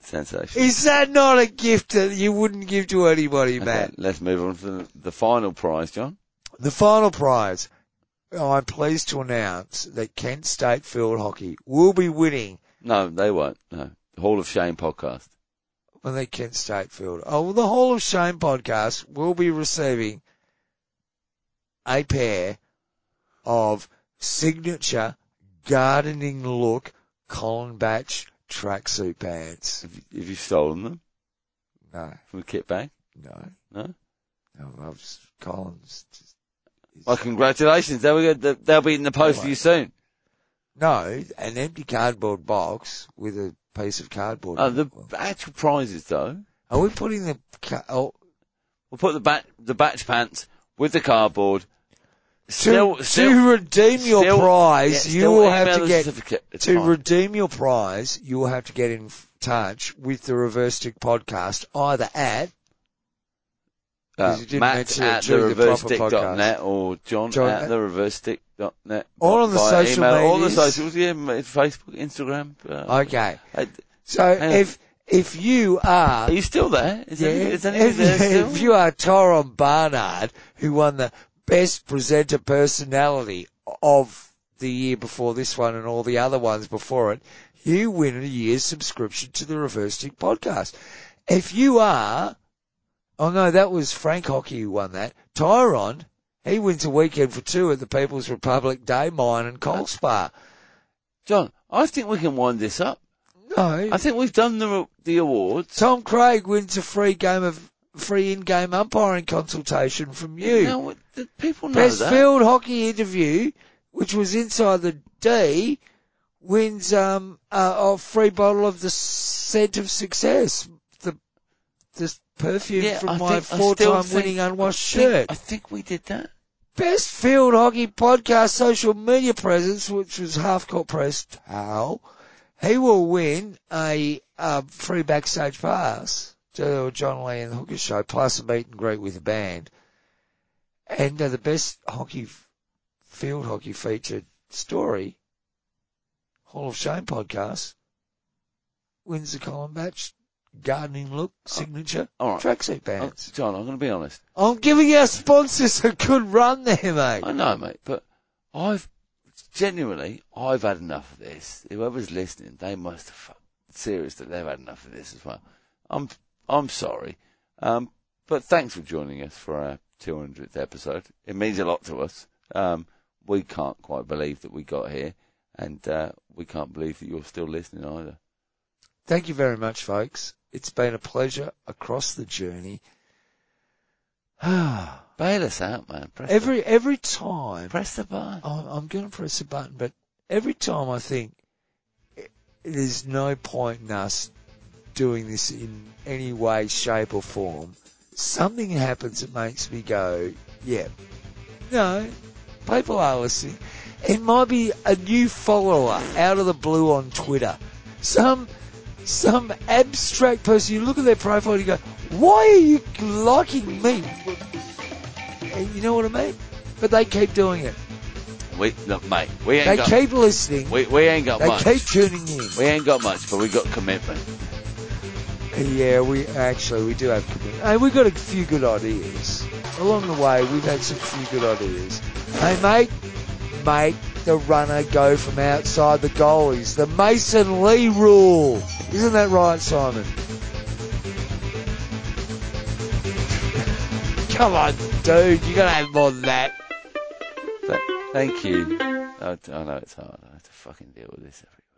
Sensational. Is that not a gift that you wouldn't give to anybody, Okay, Matt? let's move on to the, the final prize, John. The final prize. I'm pleased to announce that Kent State Field Hockey will be winning No, they won't. No. Hall of Shame podcast. when they Kent State Field. Oh, well, the Hall of Shame podcast will be receiving a pair of signature gardening look Colin Batch tracksuit pants. Have you, have you stolen them No, from a kit bag? no, No. no. I was, Colin's just, Well, congratulations. There we go. Th- They'll be in the post for you soon. no, an empty cardboard box with a piece of cardboard. Oh, in the it. actual prizes though. Are we putting the ca- oh, We'll put the bat, the batch pants with the cardboard. Still, to, still, to redeem your still- prize, yeah, you still will email have to the get certificate. It's to fine. Uh, redeem your prize. You will have to get in f- touch with the Reverse Stick Podcast either at uh, because you didn't Matt mention it at the during the reverse proper stick dot net podcast. or John, John at at- the reverse stick dot net. Or on the via social email, all the medias. socials, yeah, ma- Facebook, Instagram. Uh, okay. I- So hang on. if if you are are you still there? [laughs] Is yeah, any- is anybody if, there still? if you are Tyron Barnard who won the Best Presenter Personality of the year before this one and all the other ones before it, you win a year's subscription to the Reverse Stick Podcast. If you are, oh no, that was Frank Hockey who won that. Tyron He wins a weekend for two at the People's Republic Day Mine and Coal Spa. John, I think we can wind this up. No. I think we've done the the awards. Tom Craig wins a free game of free in-game umpiring consultation from you. Now, the people know Best that. field hockey interview, which was inside the D, wins um a, a free bottle of the scent of success, the this perfume Yeah, from I my think- I still four-time think- winning unwashed I think- shirt. I think we did that. Best field hockey podcast social media presence, which was half court press towel. He will win a, uh free backstage pass to the John Lee and the Hooker Show, plus a meet and greet with the band. And uh, the best hockey, field hockey featured story, Hall of Shame podcast, wins the Colin Batch gardening look signature All right. tracksuit bands. Oh, John, I'm going to be honest. I'm giving our sponsors a good run there, mate. I know, mate, but I've genuinely I've had enough of this. Whoever's listening, they must have fu- serious that they've had enough of this as well. I'm I'm sorry, um, but thanks for joining us for our 200th episode. It means a lot to us. Um, we can't quite believe that we got here, and uh, we can't believe that you're still listening either. Thank you very much, folks. It's been a pleasure across the journey. [sighs] Bail us out, man. Press the- every every time, press the button. I'm, I'm going to press a button, but every time I think "Eh, there's no point in us doing this in any way, shape, or form, something happens that makes me go, yeah, no, people are listening. It might be a new follower out of the blue on Twitter. Some some abstract person, you look at their profile and you go, why are you liking me? And you know what I mean? But they keep doing it. We look, mate. We ain't They got keep listening. we, we ain't got They much. keep tuning in. We ain't got much, but we got commitment. Yeah, we actually we do have commitment. Hey, we got a few good ideas along the way. We've had some few good ideas. Hey, mate, make the runner go from outside the goalies. The Mason Lee rule, isn't that right, Simon? [laughs] Come on, dude, you gotta have more than that. Th- Thank you. I, I know it's hard. I have to fucking deal with this every